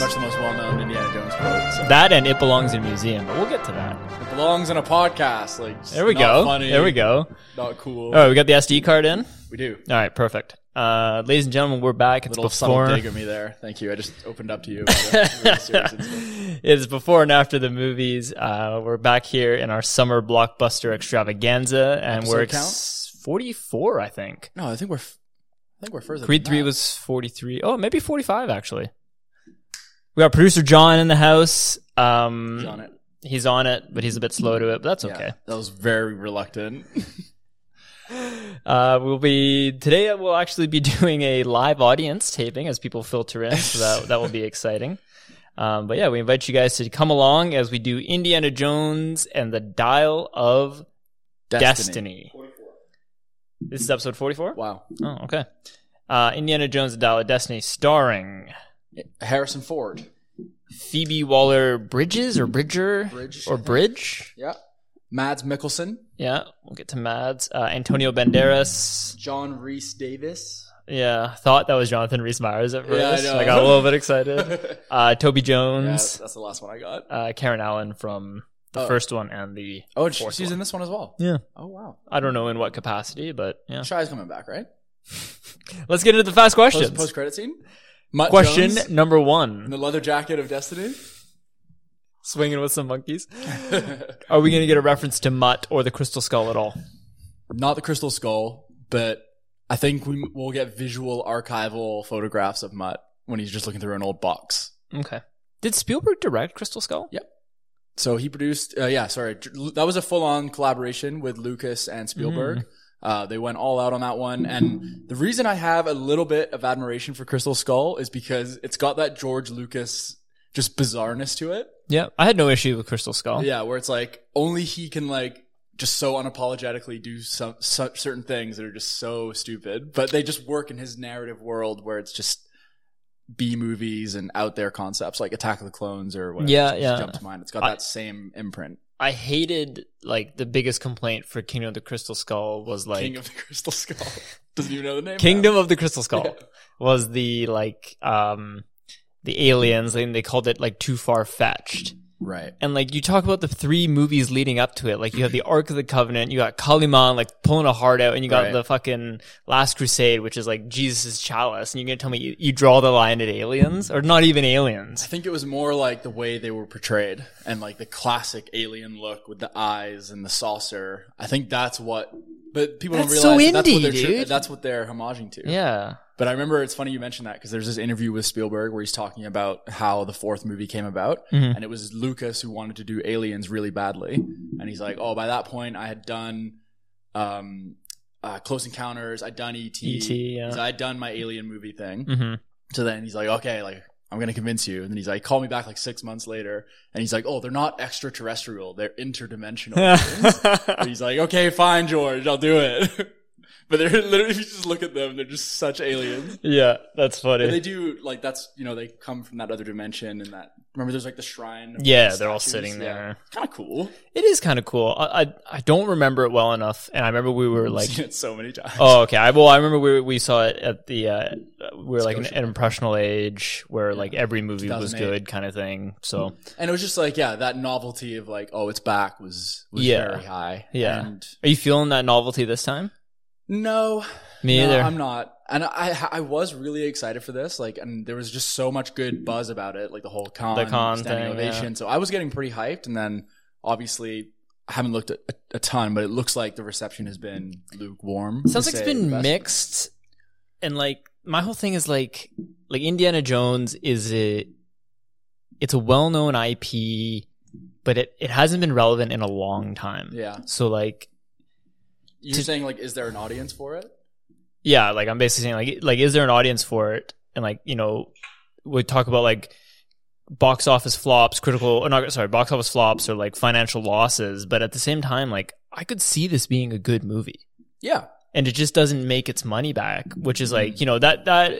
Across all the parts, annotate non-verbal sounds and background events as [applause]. well-known Indiana Jones quote. So That and it belongs in a museum, but we'll get to that. it belongs in a podcast. Like just There we not go. Funny, There we go. Oh. Not cool. All right, we got the SD card in. we do. All right, perfect. Uh, ladies and gentlemen, we're back. It's Little subtle before. [laughs] dig at me there. Thank you. I just opened up to you. about a really serious incident. It's before and after the movies. Uh, we're back here in our summer blockbuster extravaganza, and Episode we're ex- 44, I think. no, I think we're. f- I think we're further. Creed than three that. was forty three. Oh, maybe forty five actually. We got producer John in the house. Um, He's on it. he's on it, but he's a bit slow to it. But that's Yeah, okay. that was very reluctant. [laughs] Uh, we'll be today. uh, We'll actually be [laughs] doing a live audience taping as people filter in, so that that [laughs] will be exciting. Um, but yeah, we invite you guys to come along as we do Indiana Jones and the Dial of Destiny. This is episode forty four. Wow. Oh, okay. Uh, Indiana Jones and the Dial of Destiny, starring Harrison Ford. Phoebe Waller Bridges or Bridger Bridge, I or think. Bridge. Yeah. Mads Mikkelsen. Yeah, we'll get to Mads. Uh, Antonio Banderas. John Reese Davis. Yeah, thought that was Jonathan Rhys Meyers at Yeah, I first. know. I, got a little bit [laughs] yeah, excited. Uh, Toby that's Jones, the last one I got. uh, Karen Allen from the Oh. first one and the Oh, and she- Fourth she's one. in this one as well. yeah. Oh wow. I don't know in what capacity, but yeah. Shy's coming back, right? Let's get into the fast questions. Post post credit scene. Mutt Question Jones number one: in the leather jacket of Destiny. Swinging with some monkeys. Are we going to get a reference to Mutt or the Crystal Skull at all? [laughs] Not the crystal skull, but I think we will get visual archival photographs of Mutt when he's just looking through an old box. Okay. Did Spielberg direct Crystal Skull? So he produced, uh, yeah, sorry, Dr- that was a full-on collaboration with Lucas and Spielberg. Uh, they went all out on that one, and the reason I have a little bit of admiration for Crystal Skull is because it's got that George Lucas just bizarreness to it. Yeah, I had no issue with Crystal Skull. Yeah, where it's like only he can like just so unapologetically do some, so- certain things that are just so stupid, but they just work in his narrative world where it's just B movies and out there concepts like Attack of the Clones or whatever. Yeah, just yeah. Jump to mind. It's got I- that same imprint. I hated like the biggest complaint for Kingdom of the Crystal Skull was like King of the [laughs] Crystal Skull doesn't even know the name. Kingdom of the Crystal Skull Yeah. was the like um the aliens and they called it like too far fetched. [laughs] Right. And like you talk about the three movies leading up to it, like you have the Ark of the Covenant, you got Kaliman like pulling a heart out, and you got Right. the fucking Last Crusade, which is like Jesus' chalice. And you're gonna tell me you, you draw the line at aliens or not even aliens? I think it was more like the way they were portrayed and like the classic alien look with the eyes and the saucer. I think that's what, but people That's so don't realize that that's, indie, what they're, tri- dude. that's what they're homaging to. Yeah. But I remember it's funny you mentioned that because there's this interview with Spielberg where he's talking about how the fourth movie came about. Mhm. And it was Lucas who wanted to do Aliens really badly. And he's like, oh, by that point, I had done um, uh, Close Encounters, I'd done E.T., E.T., E yeah. So I'd done my alien movie thing. [laughs] hmm So then he's like, okay, like, I'm going to convince you. And then he's like, call me back like six months later. And he's like, oh, they're not extraterrestrial, they're interdimensional. [laughs] And he's like, okay, fine, George, I'll do it. [laughs] but they're literally, if you just look at them, they're just such aliens. yeah, that's funny. But they do like that's you know they come from that other dimension and that remember there's like the shrine. of Yeah, the they're all statues? sitting Yeah. there. Kind of cool. It is kind of cool. I, I I don't remember it well enough, and I remember we were Like like, seen it so many times. oh okay. I, well, I remember we we saw it at the uh, we were like an, Scotiabank. an impressional age where like every movie was 2008. good kind of thing. So and it was just like yeah, that novelty of like oh it's back was was Yeah. very high. Yeah. And are you feeling that novelty this time? no, Me no, either. I'm not. And I I was really excited for this like and there was just so much good buzz about it like the whole con The con standing thing, ovation. So I was getting pretty hyped and then obviously. I haven't looked at a, a ton, but it looks like the reception has been lukewarm. to Sounds like it's say been the best. mixed, and like my whole thing is like like Indiana Jones is a it's a well known IP, but it it hasn't been relevant in a long time. Yeah. So like You're to- saying like, is there an audience for it? yeah like i'm basically saying like like is there an audience for it and like you know we talk about like box office flops critical or not sorry box office flops or like financial losses but at the same time like i could see this being a good movie Yeah, and it just doesn't make its money back which is Mm-hmm. like you know that that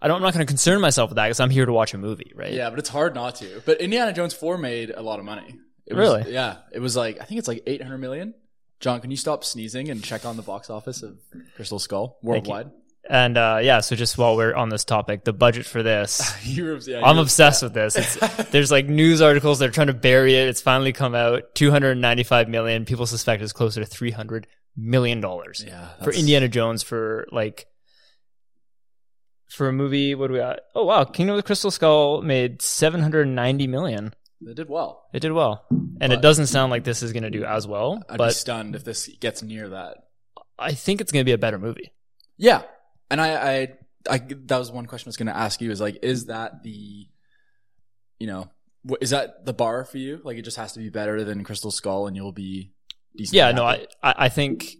I don't, I'm not going to concern myself with that because I'm here to watch a movie, right? yeah, but it's hard not to. But Indiana Jones four made a lot of money. It was, Really? Yeah, it was like I think it's like 800 million. John, can you stop sneezing and check on the box office of Crystal Skull worldwide? [laughs] And uh, yeah, so just while we're on this topic, the budget for [laughs] this, You're- yeah, I'm you're- obsessed with this. [laughs] It's, there's like news articles they're trying to bury it. It's finally come out. 295 million. People suspect it's closer to 300 million dollars Yeah, for that's- Indiana Jones for like for a movie. What do we got? Oh wow, Kingdom of the Crystal Skull made 790 million. They did well. It did well, and But- it doesn't sound like this is going to do as well. I'd be But stunned if this gets near that. I think it's going to be a better movie. Yeah, and I, I, I that was one question I was going to ask you is like, is that the, you know, wh- is that the bar for you? Like, it just has to be better than Crystal Skull, and you'll be decent. Yeah, no, I, I I think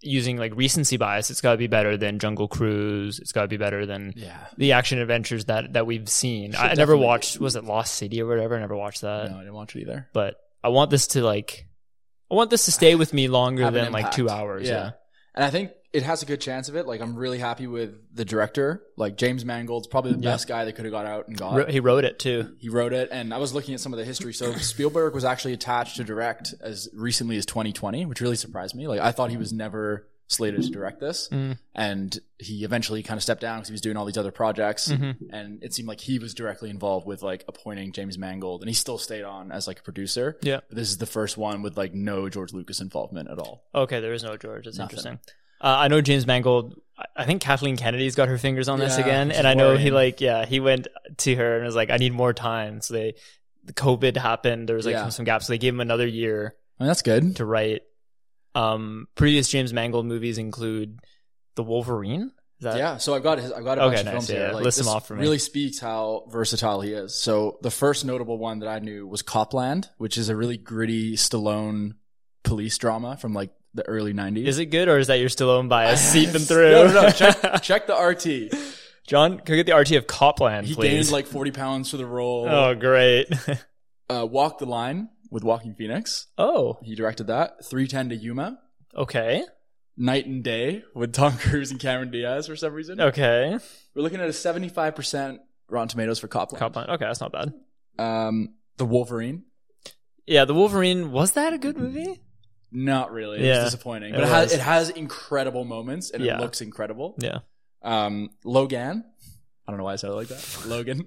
using like recency bias, it's got to be better than Jungle Cruise. It's got to be better than yeah, the action adventures that that we've seen. Should I never definitely- watched was it Lost City or whatever. I never watched that, no, I didn't watch it either. but I want this to like I want this to stay with me longer Have an than like impact. two hours. Yeah. and I think it has a good chance of it. Like, I'm really happy with the director. Like, James Mangold's probably the Yeah. best guy they could have got out and got. Wr- he wrote it too. He wrote it, and I was looking at some of the history. So Spielberg was actually attached to direct as recently as 2020, which really surprised me. Like I thought he was never slated to direct this, Mm. and he eventually kind of stepped down because he was doing all these other projects, Mhm. and it seemed like he was directly involved with like appointing James Mangold, and he still stayed on as like a producer. Yeah. but this is the first one with like no George Lucas involvement at all. Okay, there is no George. That's Nothing. interesting. Uh, I know James Mangold. I- I think Kathleen Kennedy's got her fingers on this Yeah, again, which and is I know he worrying. like yeah he went to her and was like I need more time. So they the COVID happened. There was like Yeah. some, some gaps. So they gave him another year I mean, that's good. to write. Um, previous James Mangold movies include The Wolverine. Is that yeah, so I've got his, I've got a Okay, bunch of nice, films yeah, here. yeah. List them this off for me. Really speaks how versatile he is. So the first notable one that I knew was Copland, which is a really gritty Stallone police drama from like the early '90s. Is it good or is that you're still owned by a seeping [laughs] through? No, no, no. Check, check the RT. [laughs] John, can we get the RT of Copland, He gained please? like 40 pounds for the role. [laughs] oh, great. [laughs] Uh, Walk the Line with Walking Phoenix. oh, He directed that. 310 to Yuma. okay, Night and Day with Tom [laughs] Cruise and Cameron Diaz for some reason. okay. We're looking at a 75% Rotten Tomatoes for Copland. Copland. Okay, that's not bad. Um, the Wolverine. Yeah, The Wolverine was that a good movie? [gasps] Not really. It Yeah, was disappointing. it But it, has, was. it has incredible moments and Yeah. it looks incredible. Yeah. Um, Logan. I don't know why I said it [laughs] like that. Logan.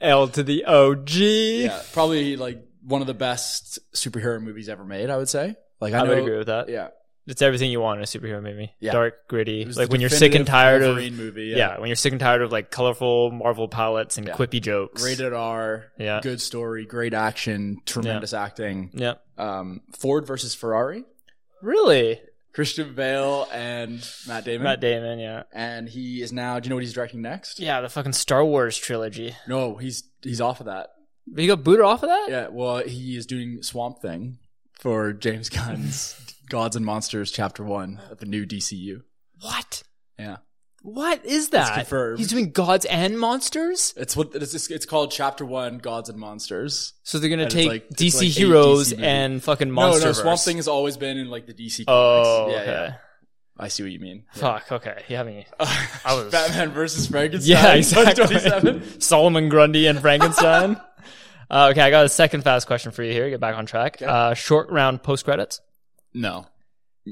L to the OG. yeah. Probably like one of the best superhero movies ever made, I would say. Like I, I, know, would agree with that. Yeah. It's everything you want in a superhero movie. Yeah. Dark, gritty. It was Like the when you're sick and tired definitive Wolverine of movie. yeah. when you're sick and tired of like colorful Marvel palettes and Yeah. quippy jokes. Rated R. Yeah. Good story, great action, tremendous acting. Yeah. Um, Ford versus Ferrari. Really? Christian Bale and Matt Damon. Matt Damon, yeah. and he is now. Do you know what he's directing next? Yeah, the fucking Star Wars trilogy. No, he's he's off of that. But you got booted off of that? Yeah, well, he is doing Swamp Thing for [laughs] James Gunn's Gods and Monsters Chapter One of the new DCU. What? Yeah. What is that? confirmed. He's doing gods and monsters? It's what it's, it's, it's called Chapter One: Gods and Monsters. So they're gonna And it's take like- it's DC like eight heroes DC movies. and fucking monsters. No, no, Swamp Thing has always been in like the DC. Comics. Oh, yeah, okay. yeah. I see what you mean. Fuck, okay. You have [laughs] me. [laughs] I was- Batman versus Frankenstein. [laughs] Yeah, 127. exactly. Solomon Grundy and [laughs] Frankenstein. uh, okay, I got a second fast question for you here. Get back on track. Okay. Uh, short round post credits. No,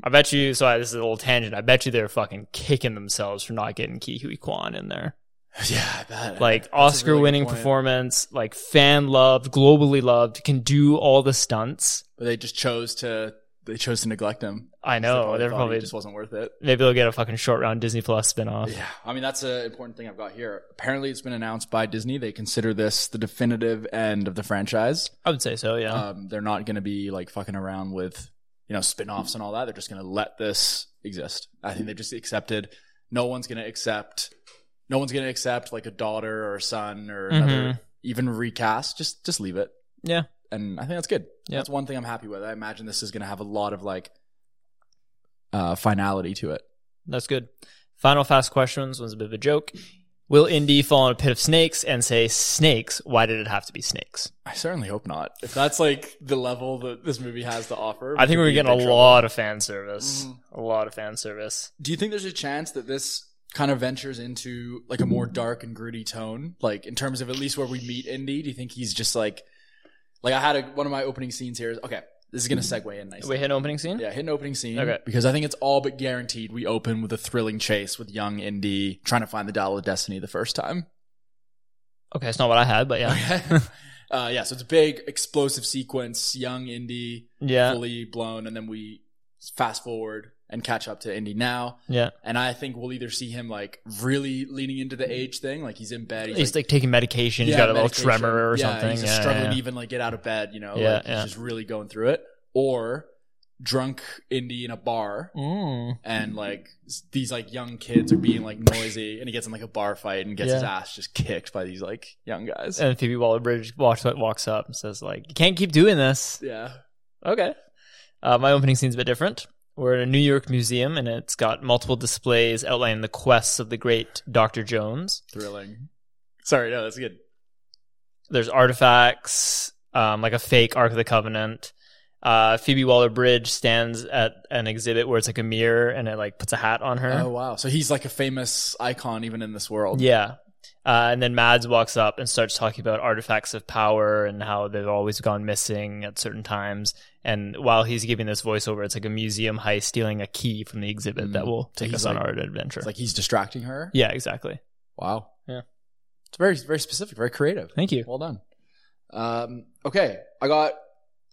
I bet you. So I, this is a little tangent. I bet you they're fucking kicking themselves for not getting Ki Hui Kwan in there. [laughs] yeah, I Like bet. That's a really good Oscar winning point. performance, like fan loved, globally loved, can do all the stunts. but they just chose to they chose to neglect him. I They know they're thought he probably just wasn't worth it. maybe they'll get a fucking short round Disney Plus spinoff. Yeah, I mean that's an important thing I've got here. Apparently, it's been announced by Disney they consider this the definitive end of the franchise. I would say so. Yeah. Um, they're not going to be like fucking around with you know spin-offs and all that. They're just going to let this exist. I think they've just accepted. No one's going to accept. No one's going to accept like a daughter or a son or another even recast. Just just leave it. Mm-hmm. Yeah. and I think that's good. Yeah. That's one thing I'm happy with. I imagine this is going to have a lot of like uh finality to it. That's good. Final fast questions was a bit of a joke. Will Indy fall in a pit of snakes and say, Snakes, why did it have to be snakes? I certainly hope not. If that's like the level that this movie has to offer, I think could we're be in getting a big lot of fan service. Mhm. A lot of fan service. trouble. Do you think there's a chance that this kind of ventures into like a more dark and gritty tone, like in terms of at least where we meet Indy? Do you think he's just like, like I had a, one of my opening scenes here is okay. This is gonna segue in nicely. We hit an opening scene. Yeah, hit an opening scene. Okay. Because I think it's all but guaranteed we open with a thrilling chase with young Indy trying to find the Dial of Destiny the first time. Okay, it's not what I had, but [laughs] yeah, uh, yeah, so it's a big explosive sequence, young Indy yeah, fully blown, and then we fast forward and catch up to Indy now. yeah. And I think we'll either see him like really leaning into the age thing, like he's in bed, he's, He's like taking medication. he's yeah, got a little medication. tremor or Yeah, something. He's just yeah, struggling yeah. to even like get out of bed, you know, Yeah, like, he's yeah. just really going through it. Or drunk Indy in a bar Mm. [laughs] and like s- these like young kids are being like noisy and he gets in like a bar fight and gets his Yeah. ass just kicked by these like young guys. And Phoebe Waller-Bridge walks, walks up and says, "Like, you can't keep doing this." yeah. Okay. Uh, my opening scene's a bit different. We're in a New York museum, and it's got multiple displays outlining the quests of the great Doctor Jones. Thrilling. Sorry, no, that's good. There's artifacts, um, like a fake Ark of the Covenant. Uh, Phoebe Waller-Bridge stands at an exhibit where it's like a mirror, and it like puts a hat on her. Oh wow. So he's like a famous icon even in this world. Yeah. Uh, and then Mads walks up and starts talking about artifacts of power and how they've always gone missing at certain times. And while he's giving this voiceover, it's like a museum heist stealing a key from the exhibit Mm. that will So take he's us on like- our adventure. It's like he's distracting her. yeah, exactly. Wow. Yeah. It's very very specific, very creative. Thank you. Well done. Um, okay, I got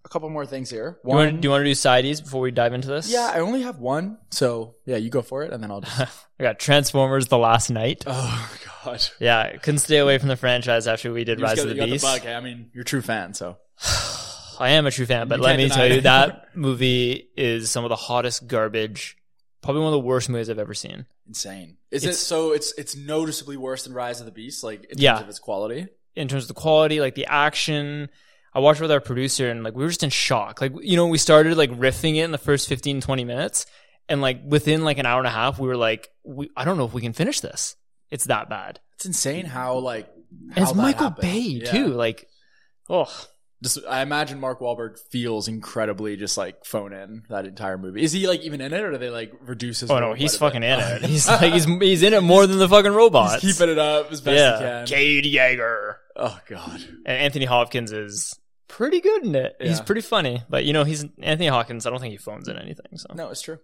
a couple more things here. Do you, want to, do you want to do Sides before we dive into this? yeah, I only have one, so yeah, you go for it, and then I'll just. [laughs] I got Transformers The Last Night. oh God. Yeah, couldn't stay away from the franchise after we did You just Rise got- of you the got Beast. bug. I mean, you're a true fan, so [sighs] I am a true fan, but You let can't me deny tell you, it. [laughs] that movie is some of the hottest garbage, probably one of the worst movies I've ever seen. insane. Is it It's- so? It's it's noticeably worse than Rise of the Beast, like in Yeah. terms of its quality. in terms of the quality, like the action. I watched it with our producer and like we were just in shock. Like, you know, we started like riffing it in the first 15, 20 minutes. And like within like an hour and a half, we were like, we, I don't know if we can finish this. It's that bad. It's insane how like And how it's that Michael happened. Bay Yeah. too. Like, oh, Just, I imagine Mark Wahlberg feels incredibly just like phone in that entire movie. Is he like even in it, or do they like reduce his? oh role no, he's quite a fucking in bit? it. [laughs] He's like, he's, he's in it more than the fucking robots. He's keeping it up as best he yeah. can. Cade Yeager. Oh god. And Anthony Hopkins is pretty good in it. He's Yeah. pretty funny, but you know, he's Anthony Hopkins. I don't think he phones in anything. So, No, it's true.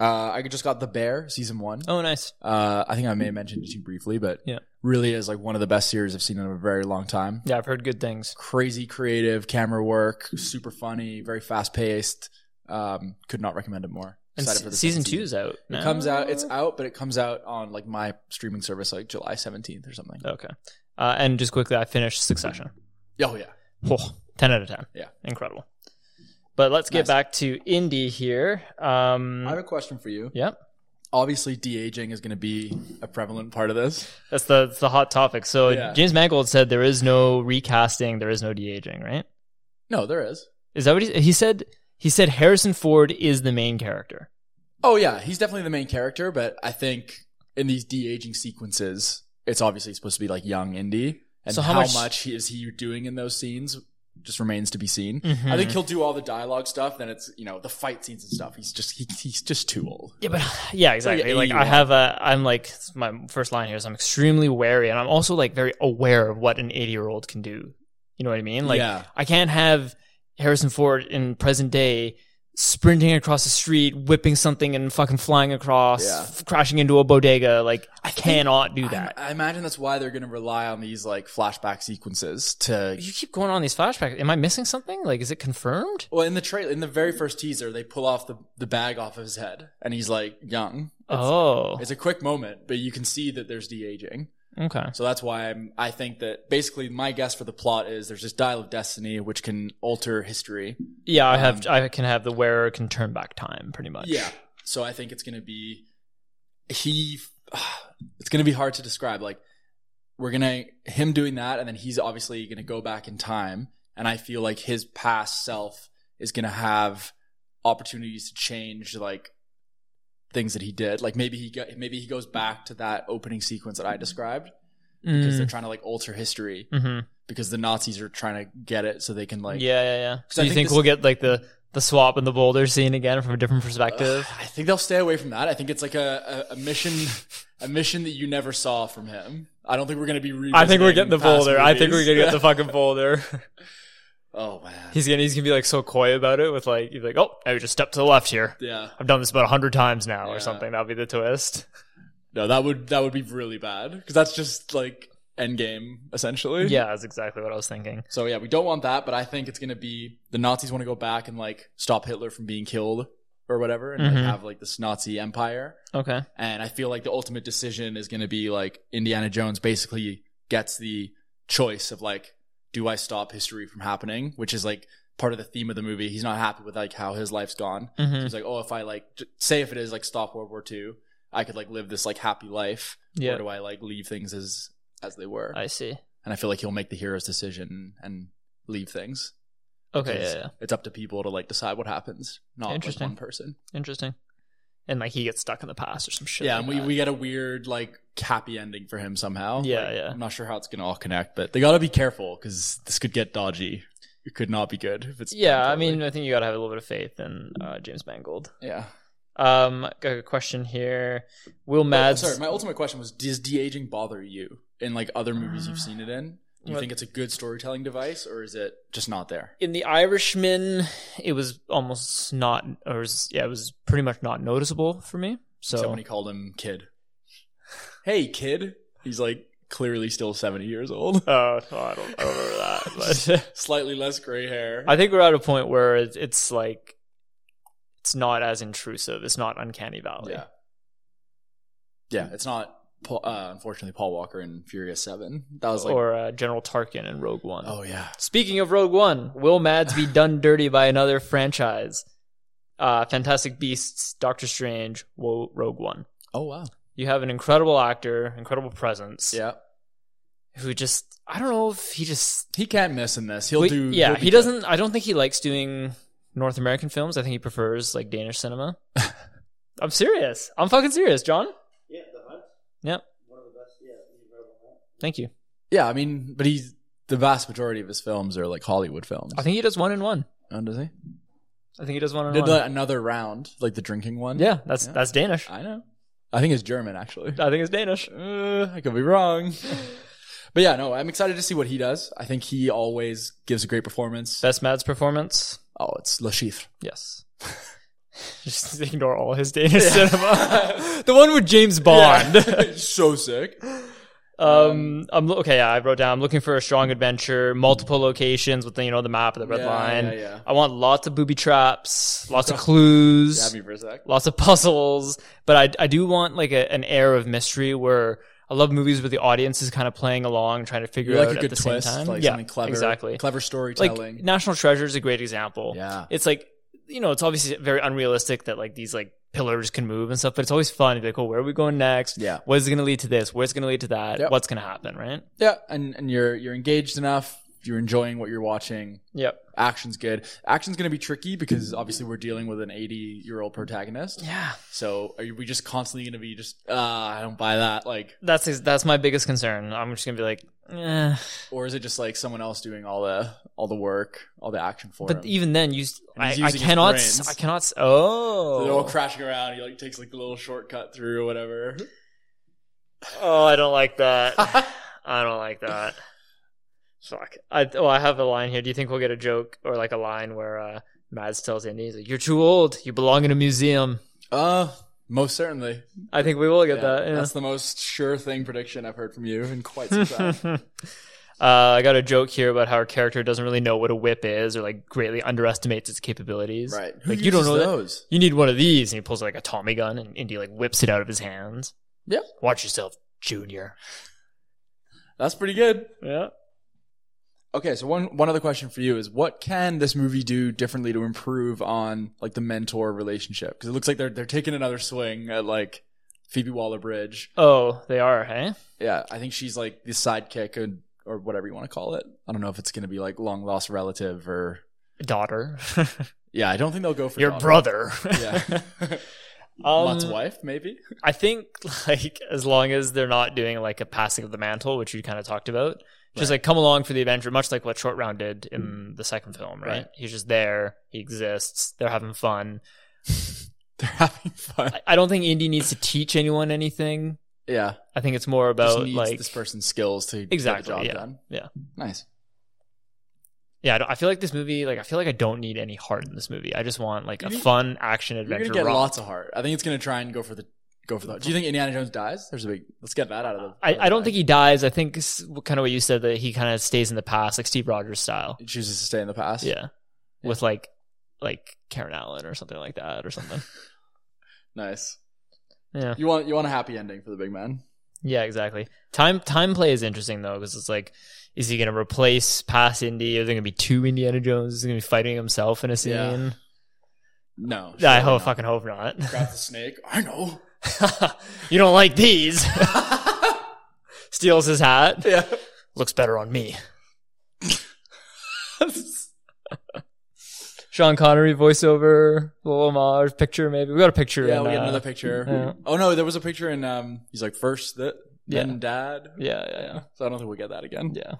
Uh, I just got The Bear season one. oh, nice. Uh, I think I may have mentioned it to you briefly, but Yeah. really is like one of the best series I've seen in a very long time. Yeah. I've heard good things. Crazy creative camera work, super funny, very fast paced. Um, could not recommend it more. And Excited se- for the season second two's out. It comes out. It's out, but it comes out on like my streaming service, like July seventeenth or something. okay. Uh, and just quickly, I finished Succession. Oh yeah, Oh, 10 out of ten. Yeah. incredible. But let's get Nice. back to indie here. Um, I have a question for you. Yep. Obviously, de aging is going to be a prevalent part of this. that's the that's the hot topic. So Yeah. James Mangold said there is no recasting, there is no de aging, right? No, there is. Is that what he, he said? He said Harrison Ford is the main character. Oh yeah, he's definitely the main character, but I think in these de aging sequences, it's obviously supposed to be like young Indy, and So how how, much, much- he, is he doing in those scenes just remains to be seen. I think he'll do all the dialogue stuff, then it's you know the fight scenes and stuff. He's just he, he's just too old. Yeah, but yeah, Oh, exactly. Like, I 81. have a, I'm like it's my first line here is I'm extremely wary, and I'm also like very aware of what an 80 year old can do. You know what I mean? Like, yeah, I can't have Harrison Ford in present day sprinting across the street, whipping something and fucking flying across, Yeah. f- crashing into a bodega. Like I think- cannot do I, that. I imagine that's why they're going to rely on these like flashback sequences to. you keep going on these flashbacks. Am I missing something? Like, is it confirmed? Well, in the trail, in the very first teaser, they pull off the, the bag off of his head, and he's like young. oh, It's a quick moment, but you can see that there's de aging. okay. So that's why I'm, I think that basically my guess for the plot is there's this dial of destiny which can alter history. Yeah, I have. Um, I can have the wearer can turn back time, pretty much. Yeah. So I think it's going to be he. [sighs] It's going to be hard to describe. Like we're gonna him doing that, and then he's obviously going to go back in time, and I feel like his past self is going to have opportunities to change like things that he did. Like maybe he got, maybe he goes back to that opening sequence that I described because they're trying to like alter history. mm-hmm. because the Nazis are trying to get it so they can like. yeah, yeah, yeah. So So I you think think, this- we'll get like the the swap and the boulder scene again from a different Ugh, perspective? [sighs] I think they'll stay away from that. I think it's like a, a, a mission, a mission that you never saw from him. I don't think we're gonna be. I think we're getting the revisiting [laughs] past boulder. I think we're movies. [laughs] gonna get the fucking boulder. Oh man. He's gonna he's gonna be like so coy about it with like he's like, oh, I just stepped to the left here. Yeah. I've done this about hundred times now Yeah. or something. That'll be the twist. No, that would that would be really bad because that's just like end game essentially. Yeah, that's exactly what I was thinking. So yeah, we don't want that, but I think it's gonna be the Nazis want to go back and like stop Hitler from being killed or whatever, and like, Mhm. have like this Nazi empire. Okay. And I feel like the ultimate decision is gonna be like Indiana Jones basically gets the choice of like, do I stop history from happening? Which is like part of the theme of the movie. He's not happy with like how his life's gone. Mm-hmm. He's like, oh, if I like j- say if it is like stop World War II, I could like live this like happy life. Or Yeah. do I like leave things as as they were? I see. and I feel like he'll make the hero's decision and leave things. Okay. Because Yeah, yeah. It's up to people to like decide what happens, not like, Interesting. one person. Interesting. And like he gets stuck in the past or some shit. yeah, like and we, that. we get a weird like happy ending for him somehow. Yeah, Like, yeah. I'm not sure how it's gonna all connect, but they gotta be careful because this could get dodgy. It could not be good if it's Yeah, I totally- mean, I think you gotta have a little bit of faith in uh, James Mangold. yeah. Um, got a question here. Will Oh, Mads? sorry, my ultimate question was: Does de aging bother you in like other movies you've seen it in? Do you Uh, What- think it's a good storytelling device, or is it just not there? in the Irishman, it was almost not, or it was, yeah, it was pretty much not noticeable for me. So So when he called him kid, hey kid, he's like clearly still seventy years old, [laughs] Oh, no, I don't, I don't remember [laughs] that. But slightly less gray hair. [laughs] I think we're at a point where it's, it's like it's not as intrusive. It's not uncanny valley. yeah, yeah, Mm. it's not. Paul- Uh, unfortunately, Paul Walker in Furious Seven. That was like, or uh, General Tarkin in Rogue One. oh yeah, Speaking of Rogue One, will Mads be done dirty by another franchise? Uh, Fantastic Beasts, Doctor Strange, Wo- Rogue One. oh wow, You have an incredible actor, incredible presence. yeah. Who just I don't know if he just He can't miss in this. He'll We- do. Yeah, he'll be he good. doesn't. I don't think he likes doing North American films. I think he prefers like Danish [laughs] cinema. I'm serious. I'm fucking serious, John. Yeah, the hunt. Yep. One of the best. Yeah, he's incredible. in that. Thank you. Yeah, I mean, but he's the vast majority of his films are like Hollywood films. I think he does one in one. Oh, does he? I think he does one in Did one. the, another round, like the drinking one? yeah, that's Yeah. that's Danish. I know. I think it's German, actually. [laughs] I think it's Danish. Uh, I could be wrong. [laughs] but yeah, no, I'm excited to see what he does. I think he always gives a great performance. Best Mads performance. Oh, it's Le Chiffre. [laughs] Yes. [laughs] Just ignore all his Danish cinema. [laughs] the one with James Bond. Yeah. [laughs] [laughs] so sick. Um, I'm lo- okay. Yeah, I wrote down. I'm looking for a strong adventure, multiple locations with the, you know the map, the red Yeah, line. yeah, yeah. I want lots of booby traps, lots [laughs] of clues. Stab me for a sec. lots of puzzles, but I, I do want like a, an air of mystery where I love movies where the audience is kind of playing along, trying to figure You like out a at good the twist, same time. like yeah, something clever, exactly. clever Like storytelling. National Treasure is a great example. yeah, It's like you know, it's obviously very unrealistic that like these like pillars can move and stuff, but it's always fun to be like, oh, where are we going next? yeah, What is going to lead to this? Where's going to lead to that? Yep. What's going to happen? Right? yeah. And and you're you're engaged enough. You're enjoying what you're watching. Yep. Action's good. Action's gonna be tricky because obviously we're dealing with an 80 year old protagonist. Yeah. So are you- we just constantly going to be just ah I don't buy that like That's that's my biggest concern. I'm just gonna be like, eh. or is it just like someone else doing all the all the work all the action for but e- him? even then, you, s- And he's I, I using his cannot, brains. s- I cannot. s- so Oh, they're all crashing around. He like takes like the little shortcut through or whatever. Oh, I don't like [laughs] that. I don't like that. Fuck. I oh, I have a line here. Do you think we'll get a joke or like a line where uh, Mads tells Indy, he's like, "You're too old. You belong in a museum." Uh, most certainly. I think we will get Yeah, that. yeah. That's the most sure thing prediction I've heard from you in [laughs] quite some time. Uh, I got a joke here about how our character doesn't really know what a whip is, or like greatly underestimates its capabilities. right? Who Like you don't uses know that. those. You need one of these, and he pulls like a Tommy gun, and Indy like whips it out of his hands. Yeah. Watch yourself, Junior. That's pretty good. Yeah. Okay, so one one other question for you is what can this movie do differently to improve on like the mentor relationship? Because it looks like they're they're taking another swing at like Phoebe Waller Bridge. Oh, they are, hey. Yeah, I think she's like the sidekick or, or whatever you want to call it. I don't know if it's going to be like long lost relative or Daughter. [laughs] yeah. I don't think they'll go for Your daughter. brother. [laughs] Yeah, [laughs] Mutt's Um, wife maybe. [laughs] I think [laughs] like as long as they're not doing like a passing of the mantle, which you kind of talked about, just Right. Mm. like come along for the adventure, much like what Short Round did in the second film, right? Right. He's just there, he exists, they're having fun. They're having fun. I, I don't think Indy needs to teach anyone anything. Yeah, I think it's more just about needs like this person's skills to Exactly, get the job yeah, done. yeah. nice. Yeah, I, don't- I feel like this movie. Like, I feel like I don't need any heart in this movie. I just want like a You- fun action You're adventure. gonna get romp. lots of heart. I think it's gonna try and go for the go for the. Do you think Indiana Jones dies? There's a big. Let's get that out of the. I, I don't think he dies. I think kind of what you said that he kind of stays in the past, like Steve Rogers style. he chooses to stay in the past. Yeah, with like like Karen Allen or something like that or something. nice. yeah, You want you want a happy ending for the big man. [laughs] yeah, exactly. Time time play is interesting though because it's like, is he gonna replace past Indy? Are there gonna be two Indiana Jones? Is he gonna be fighting himself in a scene? Yeah. No, I surely hope not. fucking hope not. [laughs] Grab the snake. I know. [laughs] you don't like these. [laughs] Steals his hat. Yeah. Looks better on me. [laughs] Sean Connery voiceover, little homage, picture maybe. We got a picture. yeah, in, we get uh, another picture. yeah. Oh no, there was a picture in. Um, he's like first that, then Yeah. dad. Yeah, yeah, yeah. So I don't think we'll get that again. Yeah.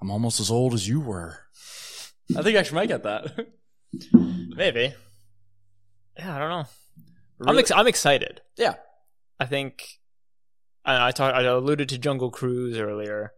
I'm almost as old as you were. I think I actually might get that. Maybe. Yeah, I don't know. I'm Really- ex- I'm excited. Yeah. I think I I talked I alluded to Jungle Cruise earlier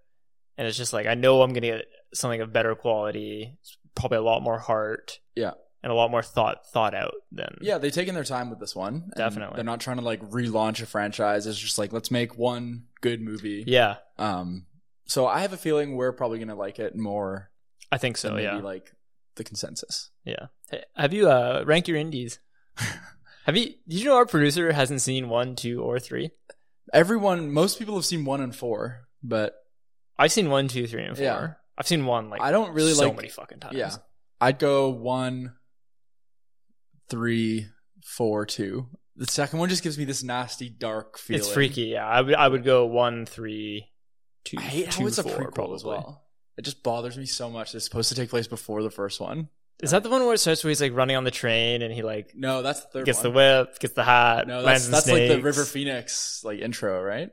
and it's just like I know I'm going to get something of better quality, It's probably a lot more heart. Yeah. And a lot more thought thought out than Yeah, they've taken their time with this one. and Definitely. They're not trying to like relaunch a franchise. It's just like let's make one good movie. Yeah, Um so I have a feeling we're probably gonna like it more I think than so, maybe yeah. like the consensus. yeah. Hey, have you uh rank your [laughs] indies? have you did you know our producer hasn't seen 1, 2 or 3? Everyone most people have seen one and four, but I've seen one, two, three, and 4. Yeah. I've seen 1 like I don't really so like many fucking times. Yeah. I'd go one three four two. The second one just gives me this nasty dark feeling. It's freaky, yeah. I would I would go one, three, two, I hate how two, it's a four, prequel probably. as well. It just bothers me so much. It's supposed to take place before the first one. Is that the one where it starts where he's like running on the train and he like No, that's the third gets one. the whip, gets the hat, No, lands that's, in that's like the snakes? River Phoenix like intro, right?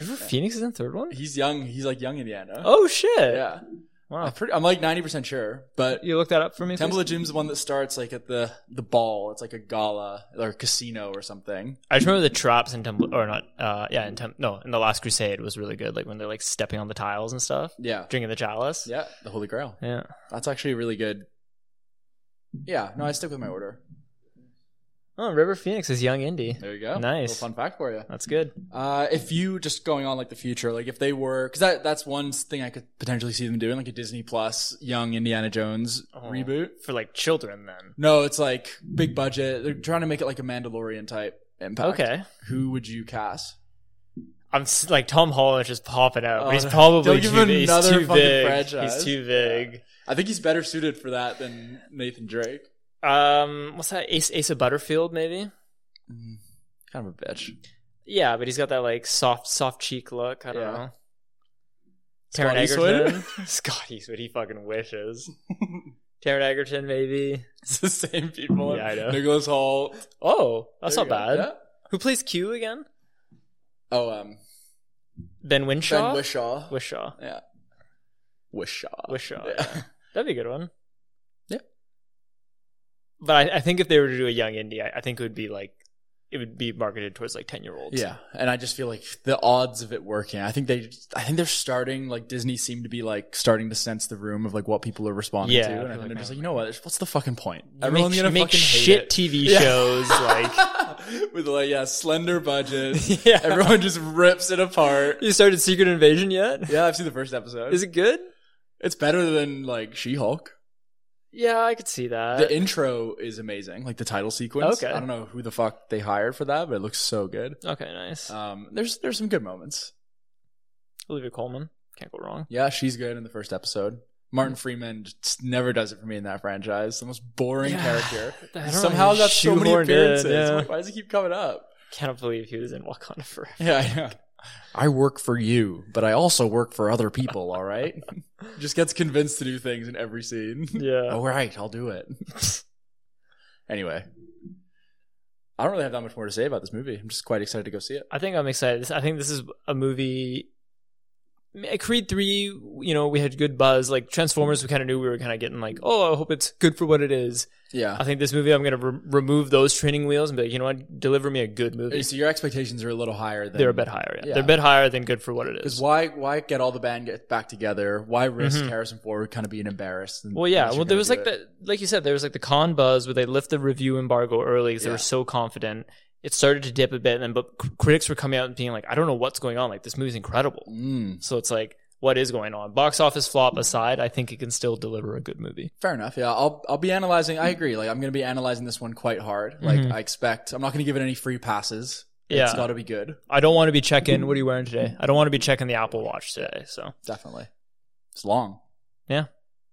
River Phoenix is in the third one. He's young. He's like young Indiana. Oh shit! yeah. Wow. I'm, pretty, I'm like 90% sure, but You look that up for me. Temple please? of Doom's the one that starts like at the the ball. It's like a gala or a casino or something. I just remember the traps in Temple, or not? Uh, yeah, in Temple. No, in the Last Crusade was really good. Like when they're like stepping on the tiles and stuff, Yeah. drinking the chalice. Yeah, the Holy Grail. Yeah. That's actually really good. Yeah, no, I stick with my order. Oh, River Phoenix is young indie. There you go. Nice. Little fun fact for you. That's good. Uh, if you just going on like the future, like if they were, because that that's one thing I could potentially see them doing, like a Disney Plus young Indiana Jones Oh. reboot. for like children then. No, it's like big budget. They're trying to make it like a Mandalorian type impact. Okay. who would you cast? I'm s- like Tom Holland's just popping out. Oh, but he's no. probably too, Don't give him big. he's another too fucking big. franchise. He's too big. I think he's better suited for that than Nathan Drake. Um, what's that? Ace Asa Butterfield maybe. Mm, kind of a bitch. Yeah, but he's got that like soft, soft cheek look. I don't Yeah. know. Scott Taron Eastwood? Egerton, [laughs] [laughs] Scott Eastwood, he fucking wishes. [laughs] Taron Egerton, maybe. [laughs] It's the same people. Yeah, I know. Nicholas Hall. Oh, that's There not you bad. go. Yeah. Who plays Q again? Oh, um, Ben Winshaw. Ben Wishaw. Wishaw. Wishaw. Wishaw, Yeah. That'd be a good one. Yeah. But I, I think if they were to do a young indie, I, I think it would be like it would be marketed towards like ten year olds. Yeah, and I just feel like the odds of it working. I think they, I think they're starting like Disney seemed to be like starting to sense the room of like what people are responding Yeah, I to, and I feel think like they're just that. like, you know what? What's the fucking point? You Everyone's make, gonna make fucking shit hate it. TV Yeah. shows [laughs] like with like yeah, slender budget. yeah. Everyone just rips it apart. You started Secret Invasion yet? Yeah, I've seen the first episode. Is it good? It's better than like She Hulk. Yeah, I could see that. The intro is amazing, like the title sequence. Uh, Okay. I don't know who the fuck they hired for that, but it looks so good. okay, nice. Um, there's there's some good moments. Olivia Coleman can't go wrong. Yeah, she's good in the first episode. Martin Freeman just never does it for me in that franchise. The most boring Yeah. character. [laughs] I don't know, Somehow he's that's so many shoehorned in, appearances. yeah. Why does he keep coming up? Cannot believe he was in Wakanda Forever. Yeah, I know. I work for you, but I also work for other people, all right? [laughs] just gets convinced to do things in every scene. [laughs] Yeah. [laughs] all right, I'll do it. [laughs] anyway. I don't really have that much more to say about this movie. I'm just quite excited to go see it. I think I'm excited. This- I think this is a movie at eh, Creed three, you know, we had good buzz. Like Transformers, we kind of knew we were kind of getting like, oh, I hope it's good for what it is. I Yeah. think this movie, I'm gonna re- remove those training wheels and be like, you know what, deliver me a good movie. So your expectations are a little higher than They're a bit higher. Yeah. Yeah. They're a bit higher than good for what it Because is. why why get all the band get back together? Why risk Mhm. Harrison Ford kind of being embarrassed? and- Well, yeah. unless you're Well, there gonna was do like it? the like you said, there was like the con buzz where they lift the review embargo early because they Yeah. were so confident. It started to dip a bit, and then but cr- critics were coming out and being like, I don't know what's going on. Like this movie's incredible. Mm, So it's like, what is going on? Box office flop aside, I think it can still deliver a good movie. fair enough. Yeah, I'll I'll be analyzing. I agree. Like I'm going to be analyzing this one quite hard. Like Mhm. I expect I'm not going to give it any free passes. Yeah. it's got to be good. I don't want to be checking. What are you wearing today? I don't want to be checking the Apple Watch today. So Definitely. It's long. Yeah.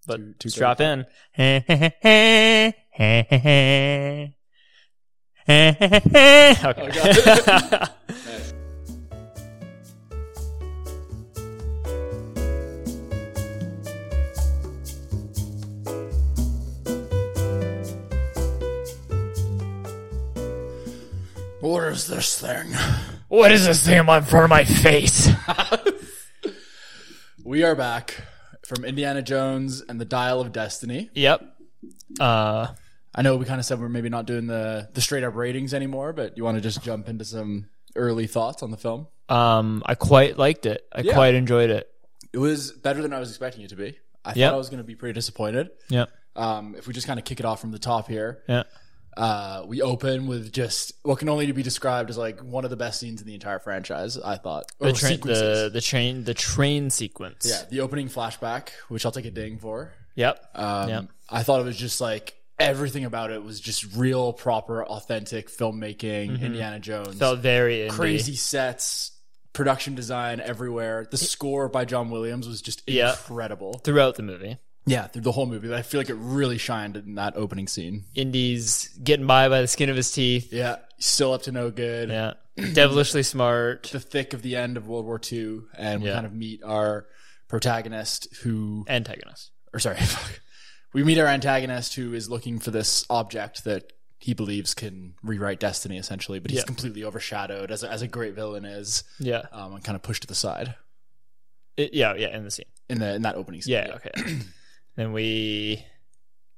But Two- two strap thirty. in. [laughs] okay. [laughs] God. Nice. What is this thing? what is this thing in front of my face? We are back from Indiana Jones and the Dial of Destiny. Yep. Uh, I know we kind of said we're maybe not doing the, the straight up ratings anymore, but you want to just jump into some early thoughts on the film? um, I quite liked it. I Yeah. quite enjoyed it. It was better than I was expecting it to be. I Yep. thought I was going to be pretty disappointed. Yeah. Um, if we just kind of kick it off from the top here, Yeah. uh, we open with just what can only be described as like one of the best scenes in the entire franchise. I thought The Or train, the, sequences. the train, the train sequence. yeah, the opening flashback, which I'll take a ding for. Yep. Um, Yeah. I thought it was just like everything about it was just real, proper, authentic filmmaking. Indiana Jones, Mm-hmm. Felt very indie. crazy sets, production design everywhere. The score by John Williams was just Yeah. incredible. throughout the movie. Yeah, through the whole movie, but I feel like it really shined in that opening scene. Indy's getting by by the skin of his teeth. Yeah, still up to no good. [clears throat] Yeah. Devilishly smart. The thick of the end of World War II, and we Yeah. kind of meet our protagonist who, Antagonist. or sorry, [laughs] fuck. we meet our antagonist who is looking for this object that he believes can rewrite destiny, essentially. But he's Yeah. completely overshadowed as a, as a great villain is, Yeah. um, and kind of pushed to the side It- yeah. Yeah. In the scene. in the in that opening scene. Yeah. Okay. [clears throat] then we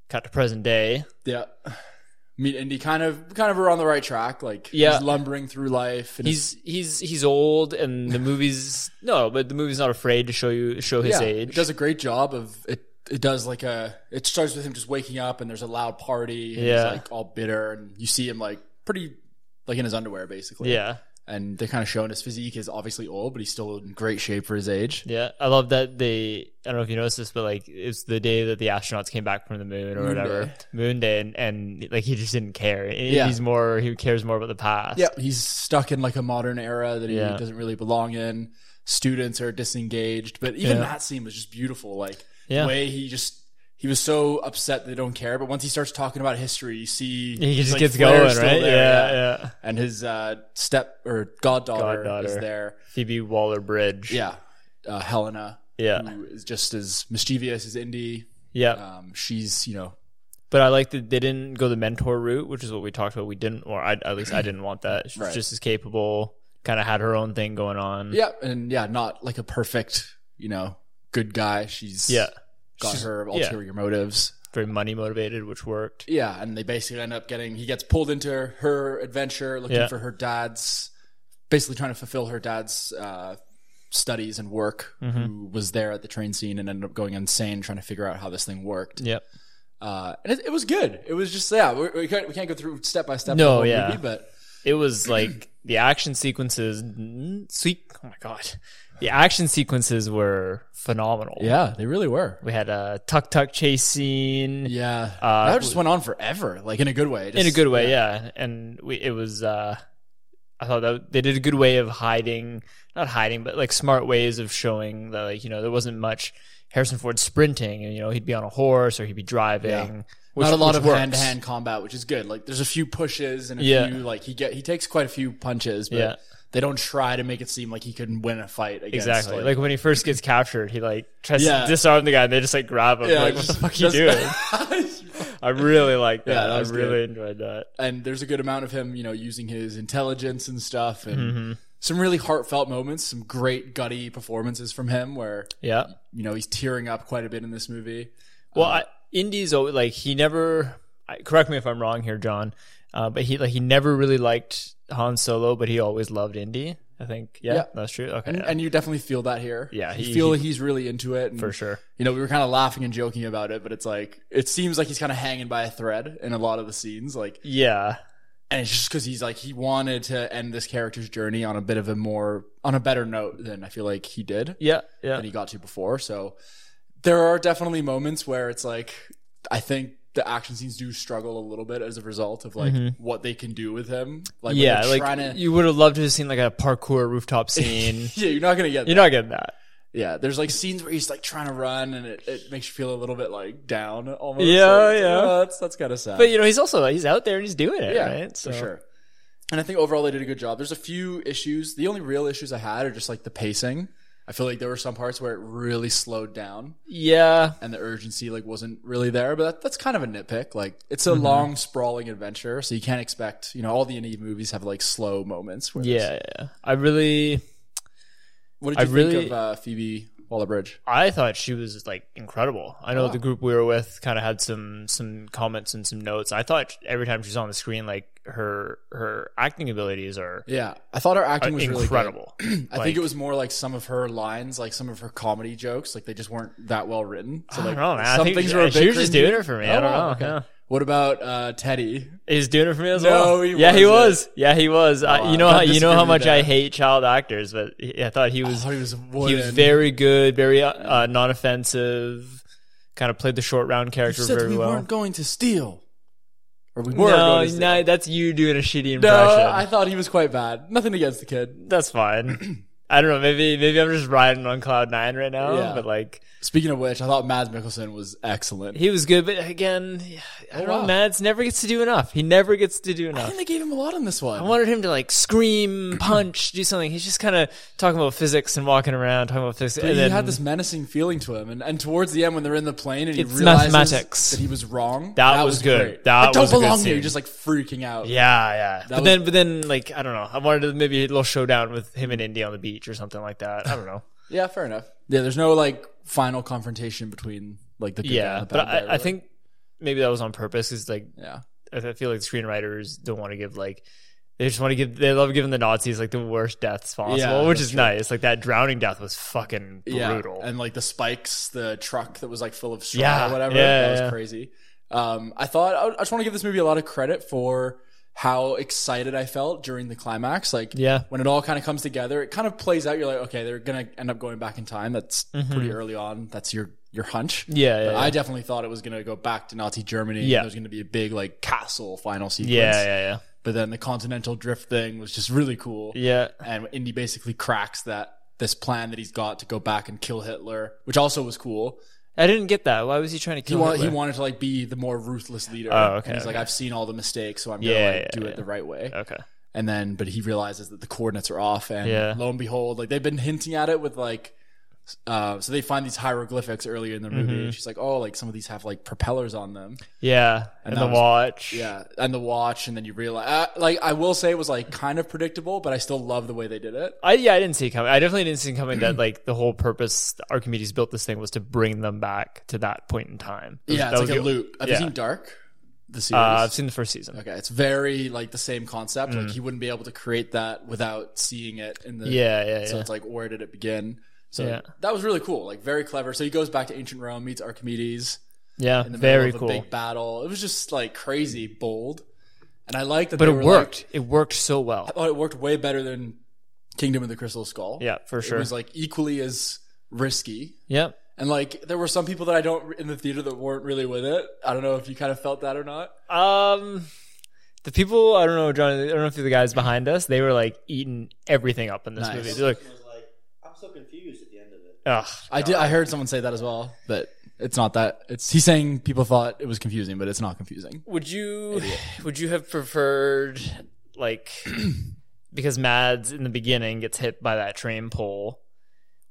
cut to present day. yeah. Yeah. Meet Indy, kind of, kind of, are on the right track. Like, Yeah. he's lumbering through life, and He's he's he's old, and the movie's [laughs] no, but the movie's not afraid to show you show his It age. does a great job of it. It does like a. It starts with him just waking up and there's a loud party. And Yeah. he's like all bitter, and you see him like pretty, like in his underwear basically. yeah, and they're kind of showing his physique is obviously old, but he's still in great shape for his age. yeah. I love that they. I don't know if you noticed this, but like it's the day that the astronauts came back from the moon or Moon whatever day. moon day, and, and like he just didn't care. Yeah. He's more he cares more about the past. Yeah, he's stuck in like a modern era that he Yeah. doesn't really belong in. Students are disengaged, but even Yeah. that scene was just beautiful. Like Yeah. the way he just. He was so upset they don't care, but once he starts talking about history, you see He just like, gets Flair's going, still right? there, yeah, yeah, and his uh, step or goddaughter, Goddaughter. is there. Phoebe Waller Bridge. Yeah, uh, Helena, yeah, who is just as mischievous as Indy. yeah. Um, she's you know But I like that they didn't go the mentor route, which is what we talked about. We didn't, or I, at least I didn't want that. She was Right. just as capable, kind of had her own thing going on. yeah, and yeah, not like a perfect you know good guy. She's Yeah. got She's- her yeah. ulterior motives. Very money motivated, which worked. Yeah, and they basically end up getting he gets pulled into her adventure looking Yeah. for her dad's, basically trying to fulfill her dad's. Uh, Studies and work, Mhm. who was there at the train scene and ended up going insane trying to figure out how this thing worked. Yep. uh, and it, it was good. It was just yeah, we, we, can't, we can't go through step by step. No, the whole yeah. movie, but It was like the action sequences. Sweet. Oh my God. The action sequences were phenomenal. yeah, they really were. We had a tuck tuck chase scene. Yeah, Uh, that just went on forever, like in a good way. in a Just- good way, yeah. And we, it was, uh, I thought that they did a good way of hiding, not hiding, but like smart ways of showing that, like, you know, there wasn't much Harrison Ford sprinting, and you know, he'd be on a horse or he'd be driving. Yeah. which- Not a lot which of works. hand to hand combat, which is good. Like there's a few pushes and a Yeah. few like he get he takes quite a few punches, but Yeah. they don't try to make it seem like he couldn't win a fight. Against, Exactly. Like, when he first gets captured, he like tries Yeah. to disarm the guy, and they just like grab him. [laughs] like, what the fuck are you doing? doing? I really like that. Yeah, that I was really enjoyed that. and there's a good amount of him, you know, using his intelligence and stuff, and Mhm. some really heartfelt moments, some great gutty performances from him where, Yeah. you know, he's tearing up quite a bit in this movie. Well, I, Indy's always like he never. I, correct me if I'm wrong here, John. Uh, but he like he never really liked Han Solo, but he always loved Indy. I think. Yeah, Yeah. that's true. Okay, And, yeah, and you definitely feel that here. Yeah, You he- feel he's really into it. And, for sure. You know, we were kind of laughing and joking about it, but it's like, it seems like he's kind of hanging by a thread in a lot of the scenes. Like, Yeah, and it's just because he's like he wanted to end this character's journey on a bit of a more on a better note than I feel like he did yeah, yeah. than he got to before. So there are definitely moments where it's like I think the action scenes do struggle a little bit as a result of like Mhm. what they can do with him. Like when yeah, they're like trying to you would have loved to have seen like a parkour rooftop scene. [laughs] yeah, you're not gonna get You're that. not getting that. yeah. There's like scenes where he's like trying to run and it, it makes you feel a little bit like down almost. Yeah, Like, it's like, yeah. "Oh, that's that's kind of sad. But you know, he's also he's out there and he's doing it. Yeah, right? for sure. And I think overall they did a good job. There's a few issues. The only real issues I had are just like the pacing. I feel like there were some parts where it really slowed down Yeah, and the urgency like wasn't really there. But that, that's kind of a nitpick. Like it's a Mhm. long sprawling adventure, so you can't expect you know all the Eve movies have like slow moments. Where there's- yeah, yeah. I really, What did I you think really- of uh, Phoebe Waller Bridge? I thought she was like incredible. I know Oh. the group we were with kind of had some some comments and some notes. I thought every time she's on the screen, like her her acting abilities are, Yeah, I thought her acting are was Uh, [clears throat] incredible. Really good. I Like- think it was more like some of her lines, like some of her comedy jokes, like they just weren't that well written. So I like don't know, man. some I think things were a she bit was just cringy. doing it for me. I Oh, don't know. okay. yeah. What about uh, Teddy? He's doing it for me as No, well. he yeah, he was. wasn't. Yeah, he was. I- Wow, you know, that how, you know how disagreed much there. I hate child actors, but he- I thought he was [sighs] Oh, he was he wooden. was very good, very uh, uh, non-offensive. Kind of played the short round You character said very we well. weren't going to steal, or we were no, going to steal. no, that's you doing a shitty impression. No, I thought he was quite bad. Nothing against the kid. That's [clears throat] fine. I don't know. Maybe maybe I'm just riding on cloud nine right now. Yeah. But like Speaking of which, I thought Mads Mikkelsen was excellent. he was good, but again, I don't Oh, know. wow. Mads never gets to do enough. He never gets to do I enough. think they gave him a lot on this one. I wanted him to like [clears throat] scream, punch, do something. He's just kind of talking about physics and walking around talking about physics. But and he then, had this menacing feeling to him, and, and towards the end, when they're in the plane and he It's realizes mathematics. that he was wrong, That was good. great. That I don't was a good belong here. scene. Just like freaking out. yeah, yeah. but was- then, but then, like I don't know. I wanted to maybe a little showdown with him and Indy on the beach or something like that. I don't know. yeah, fair enough. Yeah, there's no like final confrontation between like the good guy yeah, and the but bad I, guy, I really. think maybe that was on purpose because like yeah. I I feel like screenwriters don't want to give like they just want to give they love giving the Nazis like the worst deaths possible, Yeah, which that's is nice. Like that drowning death was fucking brutal. and like the spikes, the truck that was like full of straw Yeah, or whatever. yeah, that was yeah. crazy. Um, I thought I, I just want to give this movie a lot of credit for how excited I felt during the climax. Like, yeah. when it all kind of comes together, it kind of plays out. You're like, okay, they're gonna end up going back in time. That's pretty early on. That's your your hunch. Mm-hmm. Yeah, yeah, But yeah. I definitely thought it was gonna go back to Nazi Germany. Yeah. and there's gonna be a big like castle final sequence. yeah, yeah, But then the continental drift thing was just really cool yeah. Yeah. and Indy basically cracks that this plan that he's got to go back and kill Hitler, which also was cool. I didn't get that. Why was he trying to He kill wa- he Hitler? wanted to like be the more ruthless leader. Oh, okay, And he's like, okay. I've seen all the mistakes, so I'm Yeah, gonna like, yeah, do yeah. it the right way. okay. And then, but he realizes that the coordinates are off, and Yeah. lo and behold, like they've been hinting at it with like. Uh, so they find these hieroglyphics earlier in the movie. Mhm. And she's like, "Oh, like some of these have like propellers on them." Yeah. And, And the that was- watch. Yeah, and the watch, and then you realize, uh, like, I will say it was like kind of predictable, but I still love the way they did it. I yeah, I didn't see it coming. I definitely didn't see it coming [clears throat] that like the whole purpose Archimedes built this thing was to bring them back to that point in time. That was- Yeah, that it's like was a the- loop. Have yeah. you seen Dark? The Uh, series. I've seen the first season. okay, it's very like the same concept. Like he wouldn't be able to create that without seeing it in the. Yeah, yeah, yeah. So it's like, where did it begin? So Yeah. that was really cool. Like very clever. So he goes back to ancient Rome, meets Archimedes yeah, in the very middle of cool. a big battle. It was just like crazy bold, and I like that. but they it were, worked. it worked so well. Like, I thought it worked way better than Kingdom of the Crystal Skull. Yeah, for It sure. was like equally as risky. Yep. And like there were some people that I don't in the theater that weren't really with it. I don't know if you kind of felt that or not. Um, the people I don't know, John. I don't know if the guys behind us. They were like eating everything up in this Nice. movie. It's They're like, was like, I'm so confused at the end of it. ugh. I did. I heard someone say that as well, but it's not that. It's he's saying people thought it was confusing, but it's not confusing. Would you [sighs] would you have preferred like [clears throat] because Mads in the beginning gets hit by that train pole,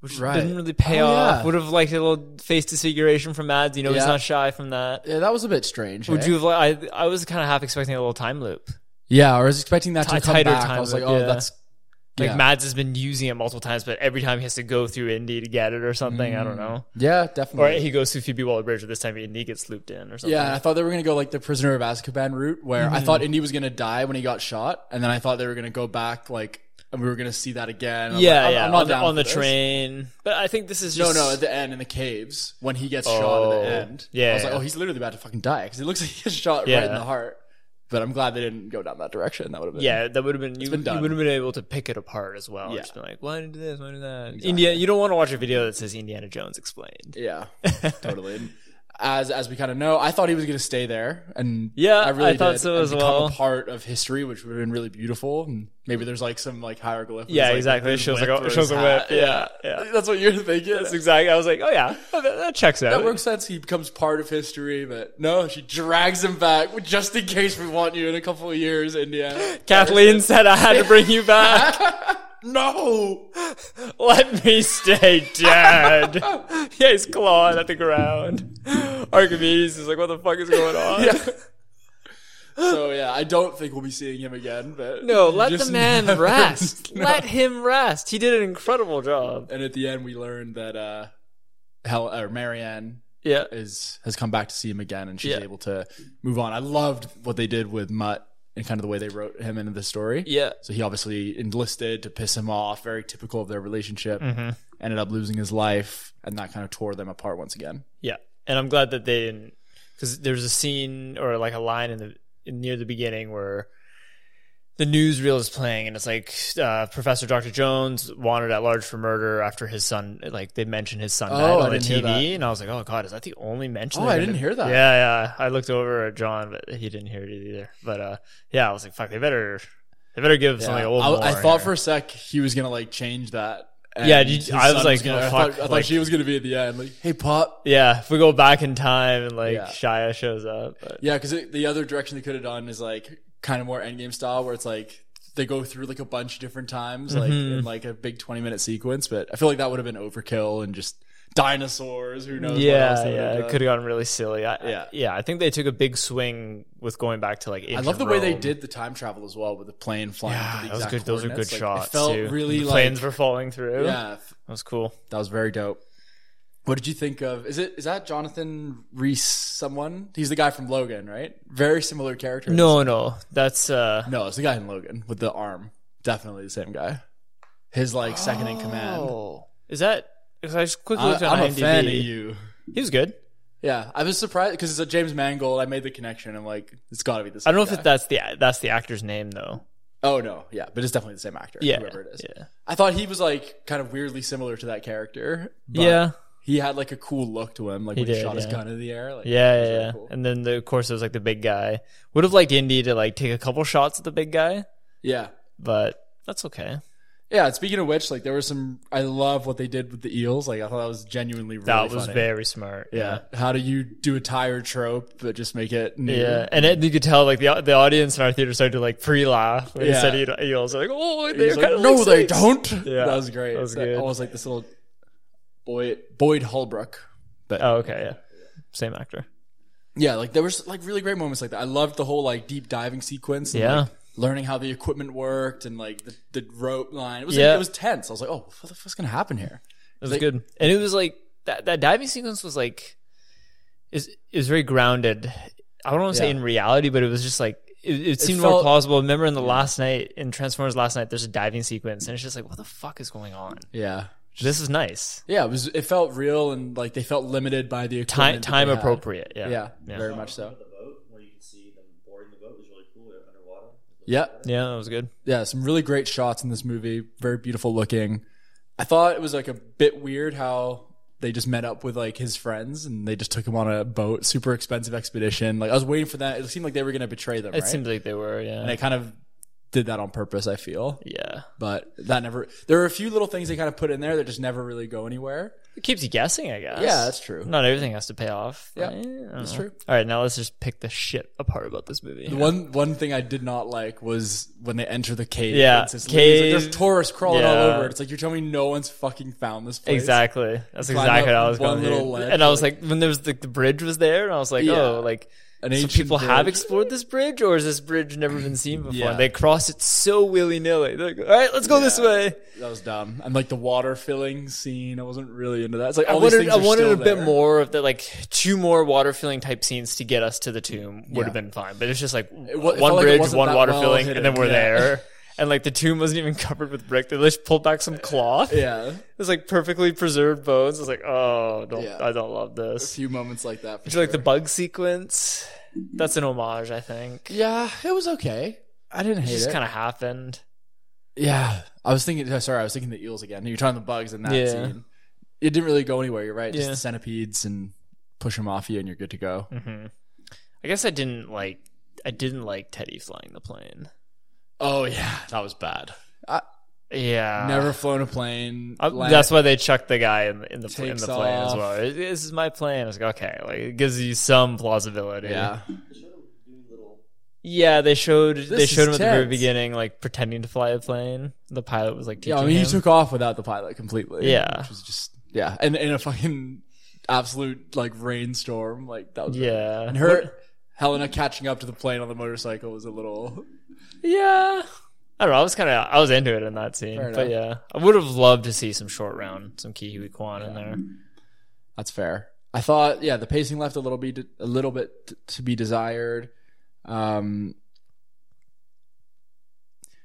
which Right. didn't really pay Oh, off. yeah. Would have liked a little face disfiguration from Mads. You know, he's Yeah. not shy from that. Yeah, that was a bit strange. Would eh? you have? li- I I was kind of half expecting a little time loop. Yeah, I was expecting that Ti- to come tighter back. time I was like, loop, oh, yeah. that's Like Yeah. Mads has been using it multiple times, but every time he has to go through Indy to get it or something. I don't Mm. know. Yeah, Or definitely. he goes through Phoebe Waller Bridge, but this time Indy gets looped in or something. yeah, and I thought they were gonna go like the Prisoner of Azkaban route, where Mm-hmm. I thought Indy was gonna die when he got shot, and then I thought they were gonna go back like, and we were gonna see that again. I'm like, yeah, I'm- yeah. I'm not on the, down on the for this. train. But I think this is No, just no, at the end in the caves when he gets shot at Oh, the end. I yeah, was like, yeah. oh, he's literally about to fucking die because it looks like he gets shot right Yeah. in the heart. But I'm glad they didn't go down that direction. That would have been yeah, that would have been you, been you done. would have been able to pick it apart as well. Yeah. Just be like, why did you do this? Why did that? India, you don't want to watch a video that says Indiana Jones explained. [laughs] yeah, totally. And as as we kind of know, I thought he was going to stay there, and Yeah, I really I thought did, so and as become well. A part of history, which would have been really beautiful, and maybe there's like some like hieroglyph. Yeah, that's, like, exactly. It his shows like whip a, or it shows his a whip. hat. Yeah, yeah. [laughs] that's what you're thinking. That's exactly. I was like, oh yeah, oh, that, that checks out. That works sense. He becomes part of history, but no, she drags him back just in case we want you in a couple of years, India. Kathleen said I had to bring you [laughs] back. no. Let me stay dead. yeah, he's clawing at the ground. [laughs] Archimedes is like, what the fuck is going on? Yeah. [laughs] so yeah, I don't think we'll be seeing him again. [laughs] But No, let Just the [laughs] man never- rest. No. Let him rest. He did an incredible job. And at the end, we learned that uh, Hel or Marianne Yeah. is has come back to see him again, and she's Yeah. able to move on. I loved what they did with Mutt and kind of the way they wrote him into the story. Yeah. So he obviously enlisted to piss him off. Very typical of their relationship. Mm-hmm. Ended up losing his life, and that kind of tore them apart once again. Yeah, and I'm glad that they didn't because there's a scene or like a line in the in, near the beginning where the newsreel is playing and it's like uh, Professor Dr. Jones wanted at large for murder after his son like they mentioned his son Oh, died I on the didn't hear TV and I was like oh god is that the only mention Oh, they're I gonna- didn't hear that. yeah yeah I looked over at John but he didn't hear it either but uh yeah I was like fuck they better they better give something a Yeah. little more I, I thought here. for a sec he was gonna like change that. and Yeah, did you- his I was son like, gonna, oh, I thought, fuck, I thought like- she was gonna be at the end, like, "Hey, pop, yeah if we go back in time and like Yeah. Shia shows up but Yeah, because the other direction they could have done is like kind of more endgame style, where it's like they go through like a bunch of different times, like Mm-hmm. in like a big twenty minute sequence. But I feel like that would have been overkill and just dinosaurs. Who knows? what else Yeah, they would've yeah, it done. could have gotten really silly. I, yeah, Yeah. yeah. I think they took a big swing with going back to like. I ancient love the way they Rome. did the time travel as well with the plane flying. Yeah, to the that was exact good. Those are good coordinates. Like, shots. It felt too. really the like planes were falling through. yeah, f- that was cool. that was very dope. What did you think of? Is it is that Jonathan Reese? Someone he's the guy from Logan, right? Very similar character. No, no, that's uh. No, it's the guy in Logan with the arm. Definitely the same guy. His like second in command. Oh. Is that? Because I just quickly I, looked on I'm a IMDb. fan of you. He was good. Yeah, I was surprised because it's a James Mangold. I made the connection. I'm like, it's got to be the I same. don't know if guy. it, that's the that's the actor's name though. Oh no, yeah, but it's definitely the same actor. Yeah, whoever it is. yeah, I thought he was like kind of weirdly similar to that character. But yeah, he had like a cool look to him, like He when he did, shot his yeah. gun in the air. Like, yeah, it yeah. was really yeah. cool. And then the, of course it was like the big guy. Would have liked Indy to like take a couple shots at the big guy, yeah. but that's okay. Yeah, and speaking of which, like there was some. I love what they did with the eels. Like I thought that was genuinely really that was funny. very smart. yeah. How do you do a tire trope but just make it new? Yeah, and it, you could tell like the the audience in our theater started to like pre laugh when Yeah. he said eels. Like, oh, they He's kind like, of no, they don't. Yeah, that was great. that was That- good. Almost like this little Boyd Boyd Holbrook. But Oh, okay, yeah, same actor. yeah, like there was like really great moments like that. I loved the whole like deep diving sequence. And, Yeah. like, learning how the equipment worked and like the, the rope line. It was Yeah. it was tense. I was like, oh, what the fuck's gonna happen here? It was Like- good, and it was like that that diving sequence was like is is very grounded. I don't want to say Yeah. in reality, but it was just like. It, it seemed more felt- plausible. Remember in the last night in Transformers last night, there's a diving sequence, and it's just like, what the fuck is going on? Yeah. This is nice, Yeah, it was it felt real and like they felt limited by the time equipment that time they had. appropriate. Yeah, Yeah, very yeah, much so. The boat, where you can see them boarding the boat, was really cool. They're underwater. Yeah. yeah. That was good. yeah, some really great shots in this movie. Very beautiful looking. I thought it was like a bit weird how they just met up with like his friends and they just took him on a boat, super expensive expedition. Like I was waiting for that. It seemed like they were going to betray them, It right? seemed like they were. Yeah, and they kind of did that on purpose. I feel, yeah. but that never. There are a few little things they kind of put in there that just never really go anywhere. It keeps you guessing, I guess. Yeah, that's true. Not everything has to pay off. Yeah, right? I don't that's know. true. All right, now let's just pick the shit apart about this movie. The One one thing I did not like was when they enter the cave. Yeah, it's this leaves- like, cave. there's tourists crawling all Yeah. over. it. It's like you're telling me no one's fucking found this place. exactly. That's Climb exactly up what I was one going to little do. ledge, And I was like, when there was the, the bridge was there, and I was like, Yeah. oh, like An So ancient people have bridge. explored this bridge, or has this bridge never been seen before? Yeah. They cross it so willy nilly. They're like, all right, let's go this Yeah. way. That was dumb. And like the water filling scene, I wasn't really into that. It's like I all these wanted, things I are wanted still a bit there. more of the like two more water filling type scenes to get us to the tomb would have Yeah. been fine, but it's just like wa- it felt one like it bridge, wasn't one that water well filling, hidden. and then we're Yeah. [laughs] there. And like the tomb wasn't even covered with brick; they just pulled back some cloth. Yeah, It was like perfectly preserved bones. I was like, oh, don't, Yeah. I don't love a this. few moments like that. For Did you like the sure. bug sequence? That's an homage, I think. Yeah, it was okay. I didn't It hate just it. kind of happened. yeah, I was thinking. uh, Sorry, I was thinking the eels again. You're talking the bugs in that Yeah. scene. It didn't really go anywhere. You're right. Just Yeah. the centipedes and push them off you, and you're good to go. hmm I guess I didn't like. I didn't like Teddy flying the plane. Oh yeah, that was bad. Yeah, Never flown a plane. I- Land- Ah. Uh, that's why they chucked the guy in, in the pl- in Takes the plane as off. well. It- This is my plane. It's like okay, like it gives you some plausibility. yeah. They showed him doing little. yeah. They showed they is showed him at the very tense. beginning, like pretending to fly a plane. The pilot was like, teaching Yeah, I mean, he him. took off without the pilot completely. Yeah. which was just yeah, and in a fucking absolute like rainstorm, like that was really- yeah, and her Helena catching up to the plane on the motorcycle was a little yeah. I don't know. I was kind of I was into it in that scene, Fair but yeah, I would have loved to see some short round, some Kiwi Kwan in there. that's fair. I thought yeah, the pacing left a little bit a little bit t- to be desired. Um,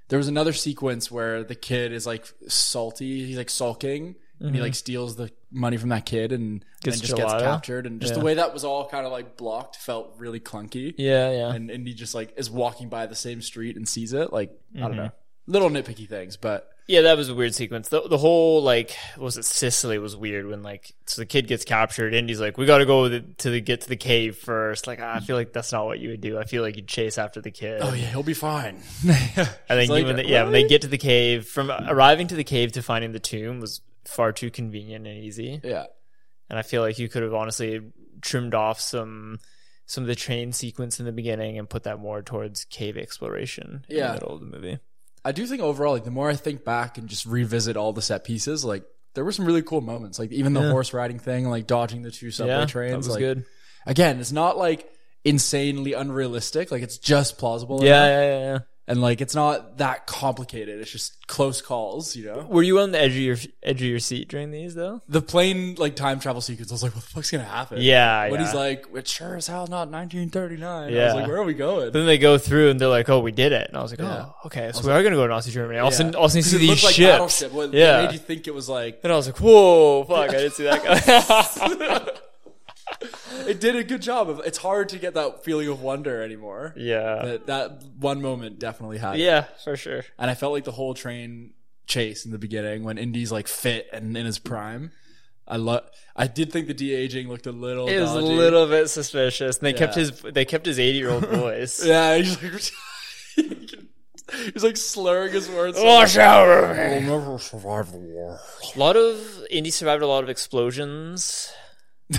there was another sequence where the kid is like salty, he's like sulking. And he Mhm. like steals the money from that kid and Gets then just gets gelato. captured and just Yeah. the way that was all kind of like blocked felt really clunky. yeah, yeah. and and he just like is walking by the same street and sees it. Like I Mhm. don't know, little nitpicky things, but Yeah, that was a weird sequence. The, the whole like what was it Sicily was weird when like so the kid gets captured and he's like, we got to go to the, to the get to the cave first. Like ah, I feel like that's not what you would do. I feel like you'd chase after the kid. oh yeah, he'll [laughs] be fine. And then It's like, when they, yeah, when they really? get to the cave, from arriving to the cave to finding the tomb was far too convenient and easy. [laughs] yeah, And I feel like you could have honestly trimmed off some some of the train sequence in the beginning and put that more towards cave exploration in Yeah. the middle of the movie. I do think overall, like the more I think back and just revisit all the set pieces, like there were some really cool moments, like even the Yeah. horse riding thing, like dodging the two subway yeah, trains. that was like, good. Again, it's not like insanely unrealistic. Like it's just plausible. Yeah, enough. yeah, yeah, yeah. and like it's not that complicated. It's just close calls, you know. Were you on the edge of your edge of your seat during these though? The plane like time travel sequence. I was like, what the fuck's gonna happen? Yeah, When yeah. he's like, it sure as hell not 1939. I Yeah. was like, where are we going? then they go through and they're like, "Oh, we did it," and I was like, Yeah. "Oh, okay, so we are gonna go to Nazi Germany." All of a sudden, Yeah. all of a sudden you Because see it these looked like ships. Battleship. What, Yeah. yeah. made you think it was like, and I was like, "Whoa, fuck! I didn't see [laughs] that." it did a good job of, it's hard to get that feeling of wonder anymore. [laughs] yeah, But that one moment definitely had. it. yeah, for sure. And I felt like the whole train chase in the beginning when Indy's like fit and in his prime. I love, I did think the de-aging looked a little It was a dodgy. little bit suspicious. And they kept Yeah. his they kept his eighty year [laughs] old voice. Yeah, he's like, [laughs] he's like slurring [laughs] his words. Wash over me. We'll never survive the war. A lot of Indy survived a lot of explosions. [laughs]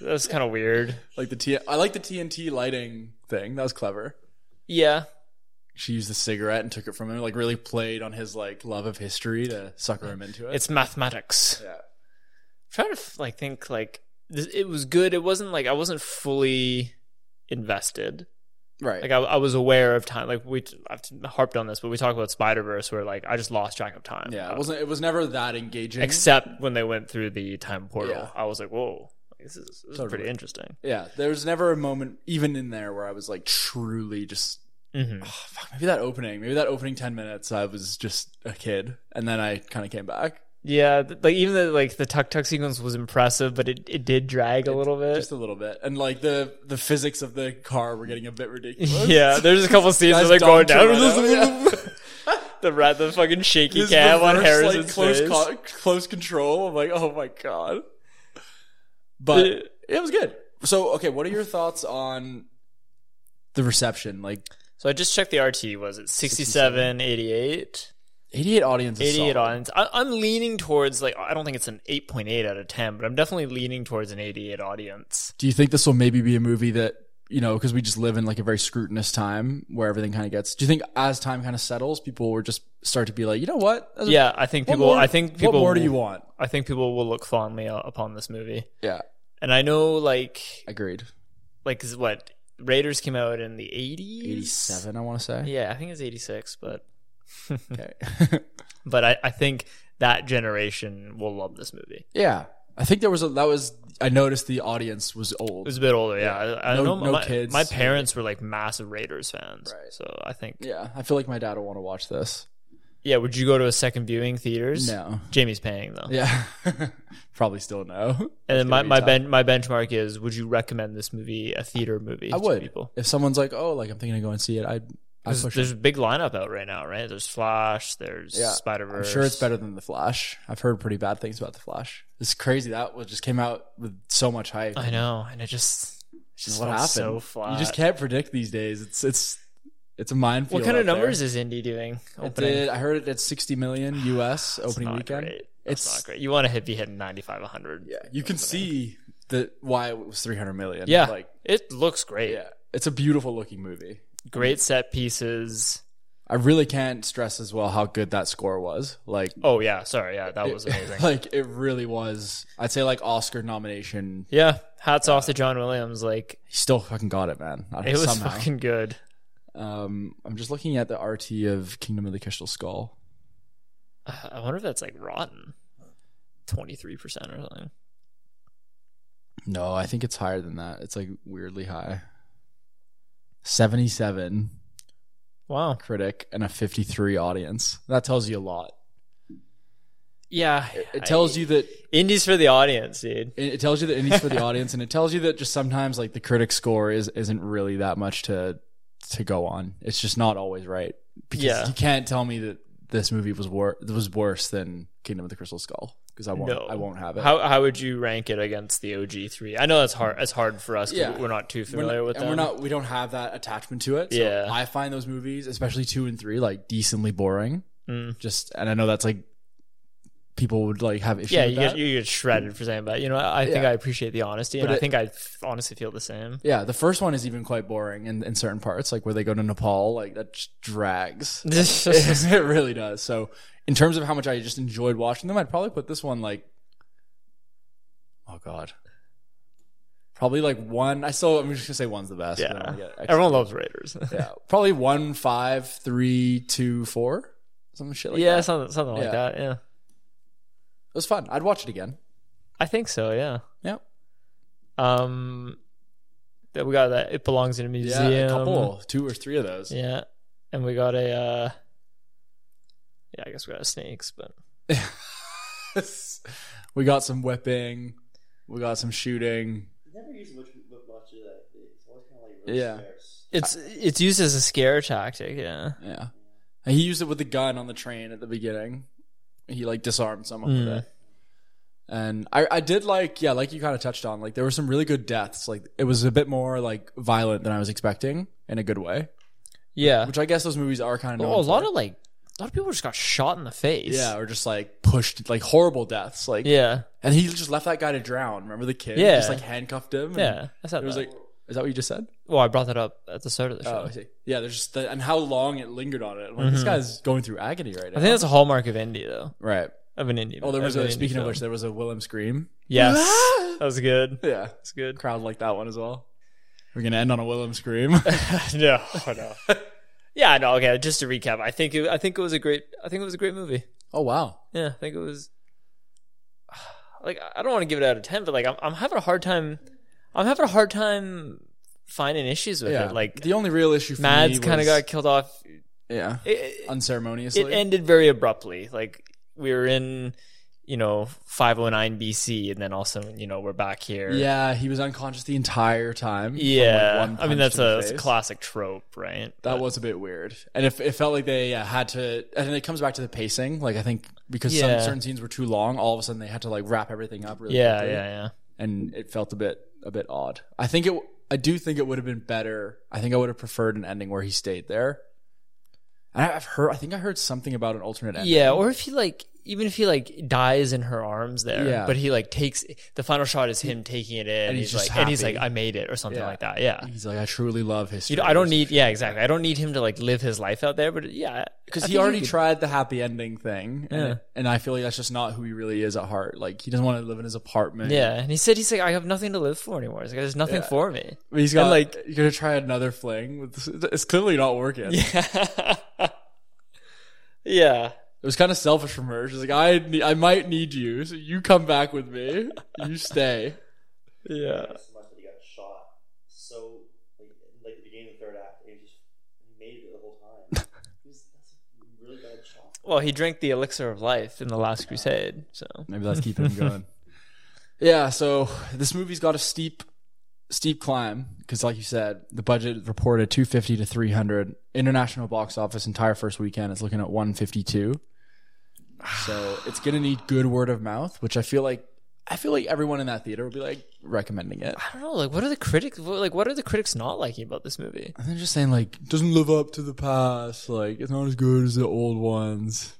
that was kind of weird. Like the T, I like the TNT lighting thing. That was clever. Yeah, She used the cigarette and took it from him. Like really played on his like love of history to sucker him into it. it's mathematics. yeah, trying to like think like this, it was good. It wasn't like I wasn't fully invested. right. Like I, I was aware of time. Like we I've harped on this, but we talked about Spider Verse where like I just lost track of time. yeah, Uh, it wasn't. It was never that engaging. except when they went through the time portal, Mm-hmm. Yeah. I was like, whoa, this is, this is pretty Totally. interesting. yeah, there was never a moment even in there where I was like truly just. hmm Oh, fuck, maybe that opening. Maybe that opening ten minutes. I was just a kid, and then I kind of came back [sighs] Yeah, th- like even the like the tuk tuk sequence was impressive, but it, it did drag a little bit. [laughs] just a little bit, and like the the physics of the car were getting a bit [laughs] ridiculous. Yeah, there's a [laughs] couple scenes where Guys they're going down. dumped [laughs] him right out. [laughs] The rat, the fucking shaky [laughs] His cam on reverse, Harrison's like, close, face. co- close control. I'm like, oh my god. But Uh, it was good. So, okay, what are your thoughts on the reception? Like, So I just checked the RT. Was it 67, 88? 88 audience. Is 88 solid. audience. I, I'm leaning towards, like, I don't think it's an 8.8 out of 10, but I'm definitely leaning towards an 88 audience. Do you think this will maybe be a movie that you know because we just live in like a very scrutinous time where everything kind of gets? Do you think as time kind of settles, people will just start to be like, you know what? That's- Yeah, I think what people, more- I think people, What more do you will- want? I think people will look fondly u- upon this movie. Yeah, And I know, like, agreed. like, is what, Raiders came out in the 80s. 87, I want to say. Yeah, I think it's 86, but Okay. but I, I think that generation will love this movie. [laughs] yeah. I think there was a, that was, I noticed the audience was It old. was a bit older, yeah. I, I No- know no my, kids. my parents were like massive Raiders fans. Right. So I think yeah. yeah. I feel like my dad will want to watch this. would you go to a second viewing theaters? No. Jamie's paying though. Yeah. [laughs] Probably still no. And That's then my gonna be my, tough. ben, my benchmark is would you recommend this movie a theater movie I to would. people? If someone's like, oh, like I'm thinking of going to see it, I'd, I'd There's, push there's it. a big lineup out right now, right? There's Flash, there's Yeah, I'm Spider-Verse. sure it's better than The Flash. I've heard pretty bad things about The Flash. It's crazy. That was just came out with so much hype. I know, and it just it Just just what felt happened? so flat. You just can't predict these days. It's it's it's a minefield. What kind of out there. numbers is Indy doing? It did. I heard it at [sighs] 60 million US That's opening not weekend. Great. It's It's- not great. You want to hit be hitting 95, 100. Yeah, you can opening. see that why it was 300 million. Yeah. like It looks great. yeah, it's a beautiful looking movie. Great set pieces. I really can't stress as well how good that score was. Like Oh yeah, sorry. Yeah, that [laughs] was it- amazing. like it really was. I'd say like Oscar nomination. yeah, hats off to John Williams. Like He still fucking got it, man. I- it was somehow. fucking good. Um, I'm just looking at the RT of Kingdom of the Crystal Skull. Uh, I wonder if that's like rotten. 23% or something. No, I think it's higher than that. It's like weirdly high. 77 Wow. critic and a 53 audience. That tells you a lot. Yeah. It, it tells you that Indies for the audience, dude. it, it tells you that it needs for the [laughs] audience and it tells you that just sometimes like the critic score is isn't really that much to to go on. It's just not always right because Yeah. you can't tell me that this movie was wor- was worse than Kingdom of the Crystal Skull because I won't No. I won't have it. How how would you rank it against the OG three? I know that's hard. That's hard for us. 'cause Yeah. we're not too we're familiar not, with and them. we're not we don't have that attachment to it. So Yeah. I find those movies, especially two and three, like decently boring. Mm. Just and I know that's like people would like have issues. Yeah, with you that. get, you get shredded for saying, but you know, I, I think Yeah. I appreciate the honesty, and But I it- think I f- honestly feel the [laughs] same. [laughs] yeah. The first one is even quite boring in, in certain parts, like where they go to Nepal, like that just [laughs] drags. it really does. So in terms of how much I just enjoyed watching them, I'd probably put this one like oh god. Probably like one. I still I'm just gonna say one's the best. I don't yeah, wanna get extra- everyone loves Raiders. [laughs] yeah, probably one, five, three, two, four, some shit like yeah, that. something something like Yeah. that. Yeah, It was fun. I'd watch it again. I think so. Yeah, Yep. Um, that we got that. It belongs in a Yeah, museum. a couple, two or three of those. Yeah, and we got a. uh Yeah, I guess we got snakes, but [laughs] we got some whipping. We got some shooting. They never use much much of that. It's always kind of like really Yeah. scarce. it's it's used as a scare tactic. Yeah. Yeah, and he used it with the gun on the train at the beginning. He like disarmed someone with Mm. it. And I, I did like, yeah, like you kind of touched on, like there were some really good deaths. Like it was a bit more like violent than I was expecting in a good way, Yeah. which I guess those movies are kind of. Oh, a lot of like a lot of people just got shot in the face. Yeah, or just like pushed like horrible deaths. Like Yeah. and he just left that guy to drown. Remember the kid? Yeah. Just like handcuffed him. and Yeah. I said It was that. like is that what you just said? Well, I brought that up at the start of the show. Oh, I see. Yeah, there's just the, and how long it lingered on it. I'm like, this Mhm. guy's going through agony right now. I think that's a hallmark of indie, though, right. of an indie. Oh, there was an a, indie speaking of film. which, there was a Willem scream. [laughs] yes, that was good. yeah, That's [laughs] good. crowd liked that one as well. We're gonna end on a Willem scream. no, no. [laughs] yeah, no. Okay, just to recap, I think it, I think it was a great. I think it was a great movie. [laughs] oh wow. Yeah, I think it was. [sighs] Like, I don't want to give it out of ten, but like, I'm I'm having a hard time. I'm having a hard time finding issues with Yeah, it. Like, the only real issue for Mads me kind of was- got killed off. yeah It- unceremoniously. it ended very abruptly. Like we were in, you know, 509 BC, and then also, you know, we're back here. yeah, he was unconscious the entire time. from, like, yeah. one I mean, punch that's to the a, that's a face. classic trope, right? That But- was a bit weird, and if it felt like they uh, had to, and then it comes back to the pacing. Like I think because Yeah. some certain scenes were too long, all of a sudden they had to like wrap everything up. Really yeah, quickly, yeah, yeah. and it felt a bit a bit odd. I think it, I do think it would have been better. I think I would have preferred an ending where he stayed there. And I- I've heard, I think I heard something about an alternate ending. Yeah, or if he like even if he like dies in her arms there, Yeah. but he like takes the final shot is him taking it in, and he's he's, just like, and he's happy. like, I made it or something Yeah. like that. Yeah, He's like, I truly love history. you know, I don't need. Yeah, exactly. I don't need him to like live his life out there, but yeah, I because think he already could- tried the happy ending thing, and, Yeah. and I feel like that's just not who he really is at heart. Like he doesn't want to live in his apartment. Yeah, and he said he's like, I have nothing to live for anymore. He's like, there's nothing Yeah. for me. But he's got And, like like- you're gonna try another fling. with- It's clearly not working. Yeah. [laughs] yeah. It was kind of selfish from her. She's like, I ne- I might need you, so you come back with me. You stay. Yeah. So much that he got shot. So like, like the beginning of the third act, he just he made it the whole [laughs] time. It was, that's a really bad shot. Well, he drank the elixir of life in the Last Crusade, so [laughs] Maybe that's keeping him going. yeah. So this movie's got a steep steep climb because, like you said, the budget reported 250 to 300. International box office entire first weekend is looking at 152. So it's gonna need good word of mouth, which I feel like I feel like everyone in that theater would be like recommending it. I don't know. Like, what are the critics? what- Like, what are the critics not liking about this movie? And they're just saying like doesn't live up to the past. Like it's not as good as the old ones.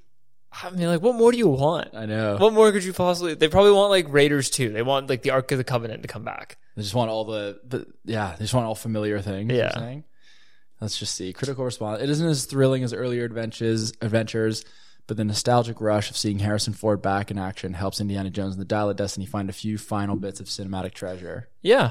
I mean, like, what more do you want? I know. What more could you possibly? They probably want like Raiders too. They want like the Ark of the Covenant to come back. They just want all the, the yeah, they just want all familiar things. Yeah. Yeah. Let's just see. Critical response. It isn't as thrilling as earlier adventures, adventures, but the nostalgic rush of seeing Harrison Ford back in action helps Indiana Jones and the Dial of Destiny find a few final Mm-hmm. bits of cinematic treasure. Yeah.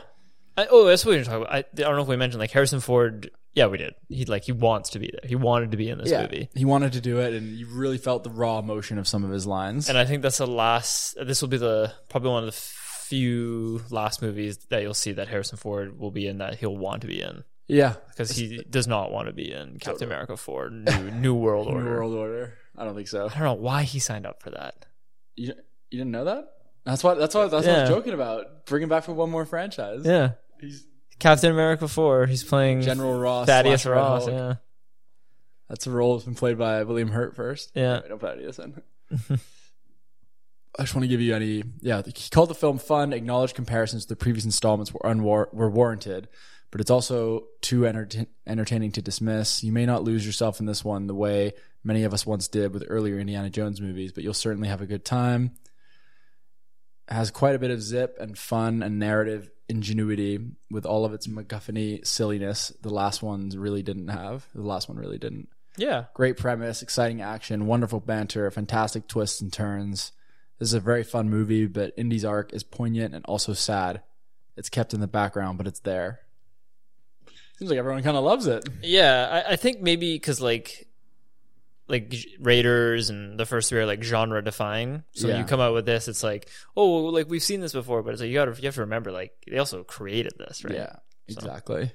I, oh, that's what we were talking about. I, I don't know if we mentioned like Harrison Ford. Yeah, we did. He like he wants to be there. He wanted to be in this movie. He wanted to do it, and you really felt the raw emotion of some of his lines. And I think that's the last. This will be the probably one of the few last movies that you'll see that Harrison Ford will be in that he'll want to be in yeah. because he does not want to be in Captain America [laughs] Four New New World New Order. World Order. I don't think so. I don't know why he signed up for that. You, you didn't know that? That's what that's what that's what I was Yeah. joking about. Bring him back for one more franchise. Yeah, He's Captain America Four. He's playing General Ross. Thaddeus slash Red Ross. Hulk. Yeah, That's a role that's been played by William Hurt first. yeah. I don't put ideas in. I just want to give you any. Yeah, he called the film fun. Acknowledged comparisons to the previous installments were unwar- were warranted, but it's also too entertain- entertaining to dismiss. You may not lose yourself in this one the way many of us once did with earlier Indiana Jones movies, but you'll certainly have a good time. It has quite a bit of zip and fun and narrative ingenuity with all of its MacGuffiny silliness. The last ones really didn't have. The last one really didn't Yeah. great premise, exciting action, wonderful banter, fantastic twists and turns. This is a very fun movie, but Indy's arc is poignant and also sad. It's kept in the background, but it's there. Seems like everyone kind of loves it. Yeah, I, I think maybe because like, like g- Raiders and the first three are like genre defying. So when Yeah. you come out with this, it's like, oh, well, like we've seen this before, but it's like you gotta you have to remember like they also created this, right? Yeah, So- exactly.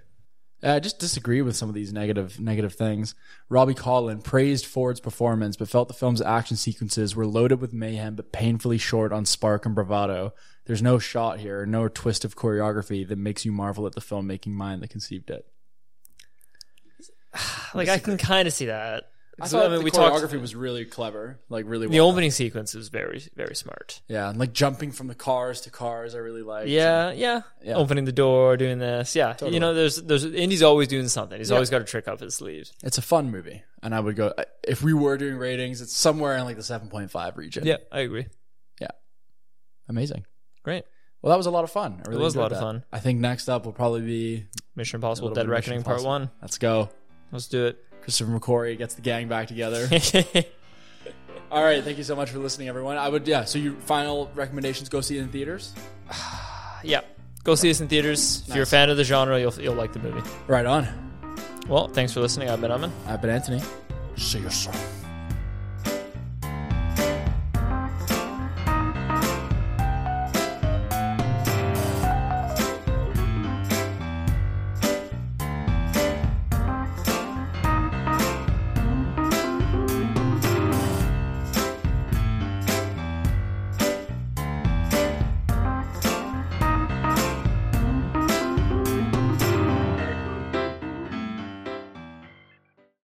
Uh, I just disagree with some of these negative negative things. Robbie Collin praised Ford's performance, but felt the film's action sequences were loaded with mayhem, but painfully short on spark and bravado. There's no shot here, no twist of choreography that makes you marvel at the filmmaking mind that conceived it. [sighs] Like I can kind of see that. I So, thought mean, the we talked- choreography was really clever, like really. the well opening sequence is very very smart. done. yeah, and like jumping from the cars to cars, I really liked. Yeah, yeah, Yeah. Opening the door, doing this. Yeah, Totally. you know, there's there's and he's always doing something. He's Yeah. always got a trick up his sleeve. it's a fun movie, and I would go if we were doing ratings, it's somewhere in like the seven point five region. Yeah, I agree. amazing. Great. Well, that was a lot of fun. I really was a lot enjoyed of that. fun. I think next up will probably be Mission Impossible: little Dead bit of Mission Reckoning Part Impossible. One. let's go. Let's do Christopher McQuarrie gets the gang [laughs] back together. it. All right, thank you so much for listening, everyone. I would yeah. So your final recommendations: go see it in theaters. Yeah. Go see this in theaters. If you're a Nice. fan of the genre, you'll, you'll like the movie. Right on. Well, thanks for listening. I've been Amin. I've been Anthony. See you soon.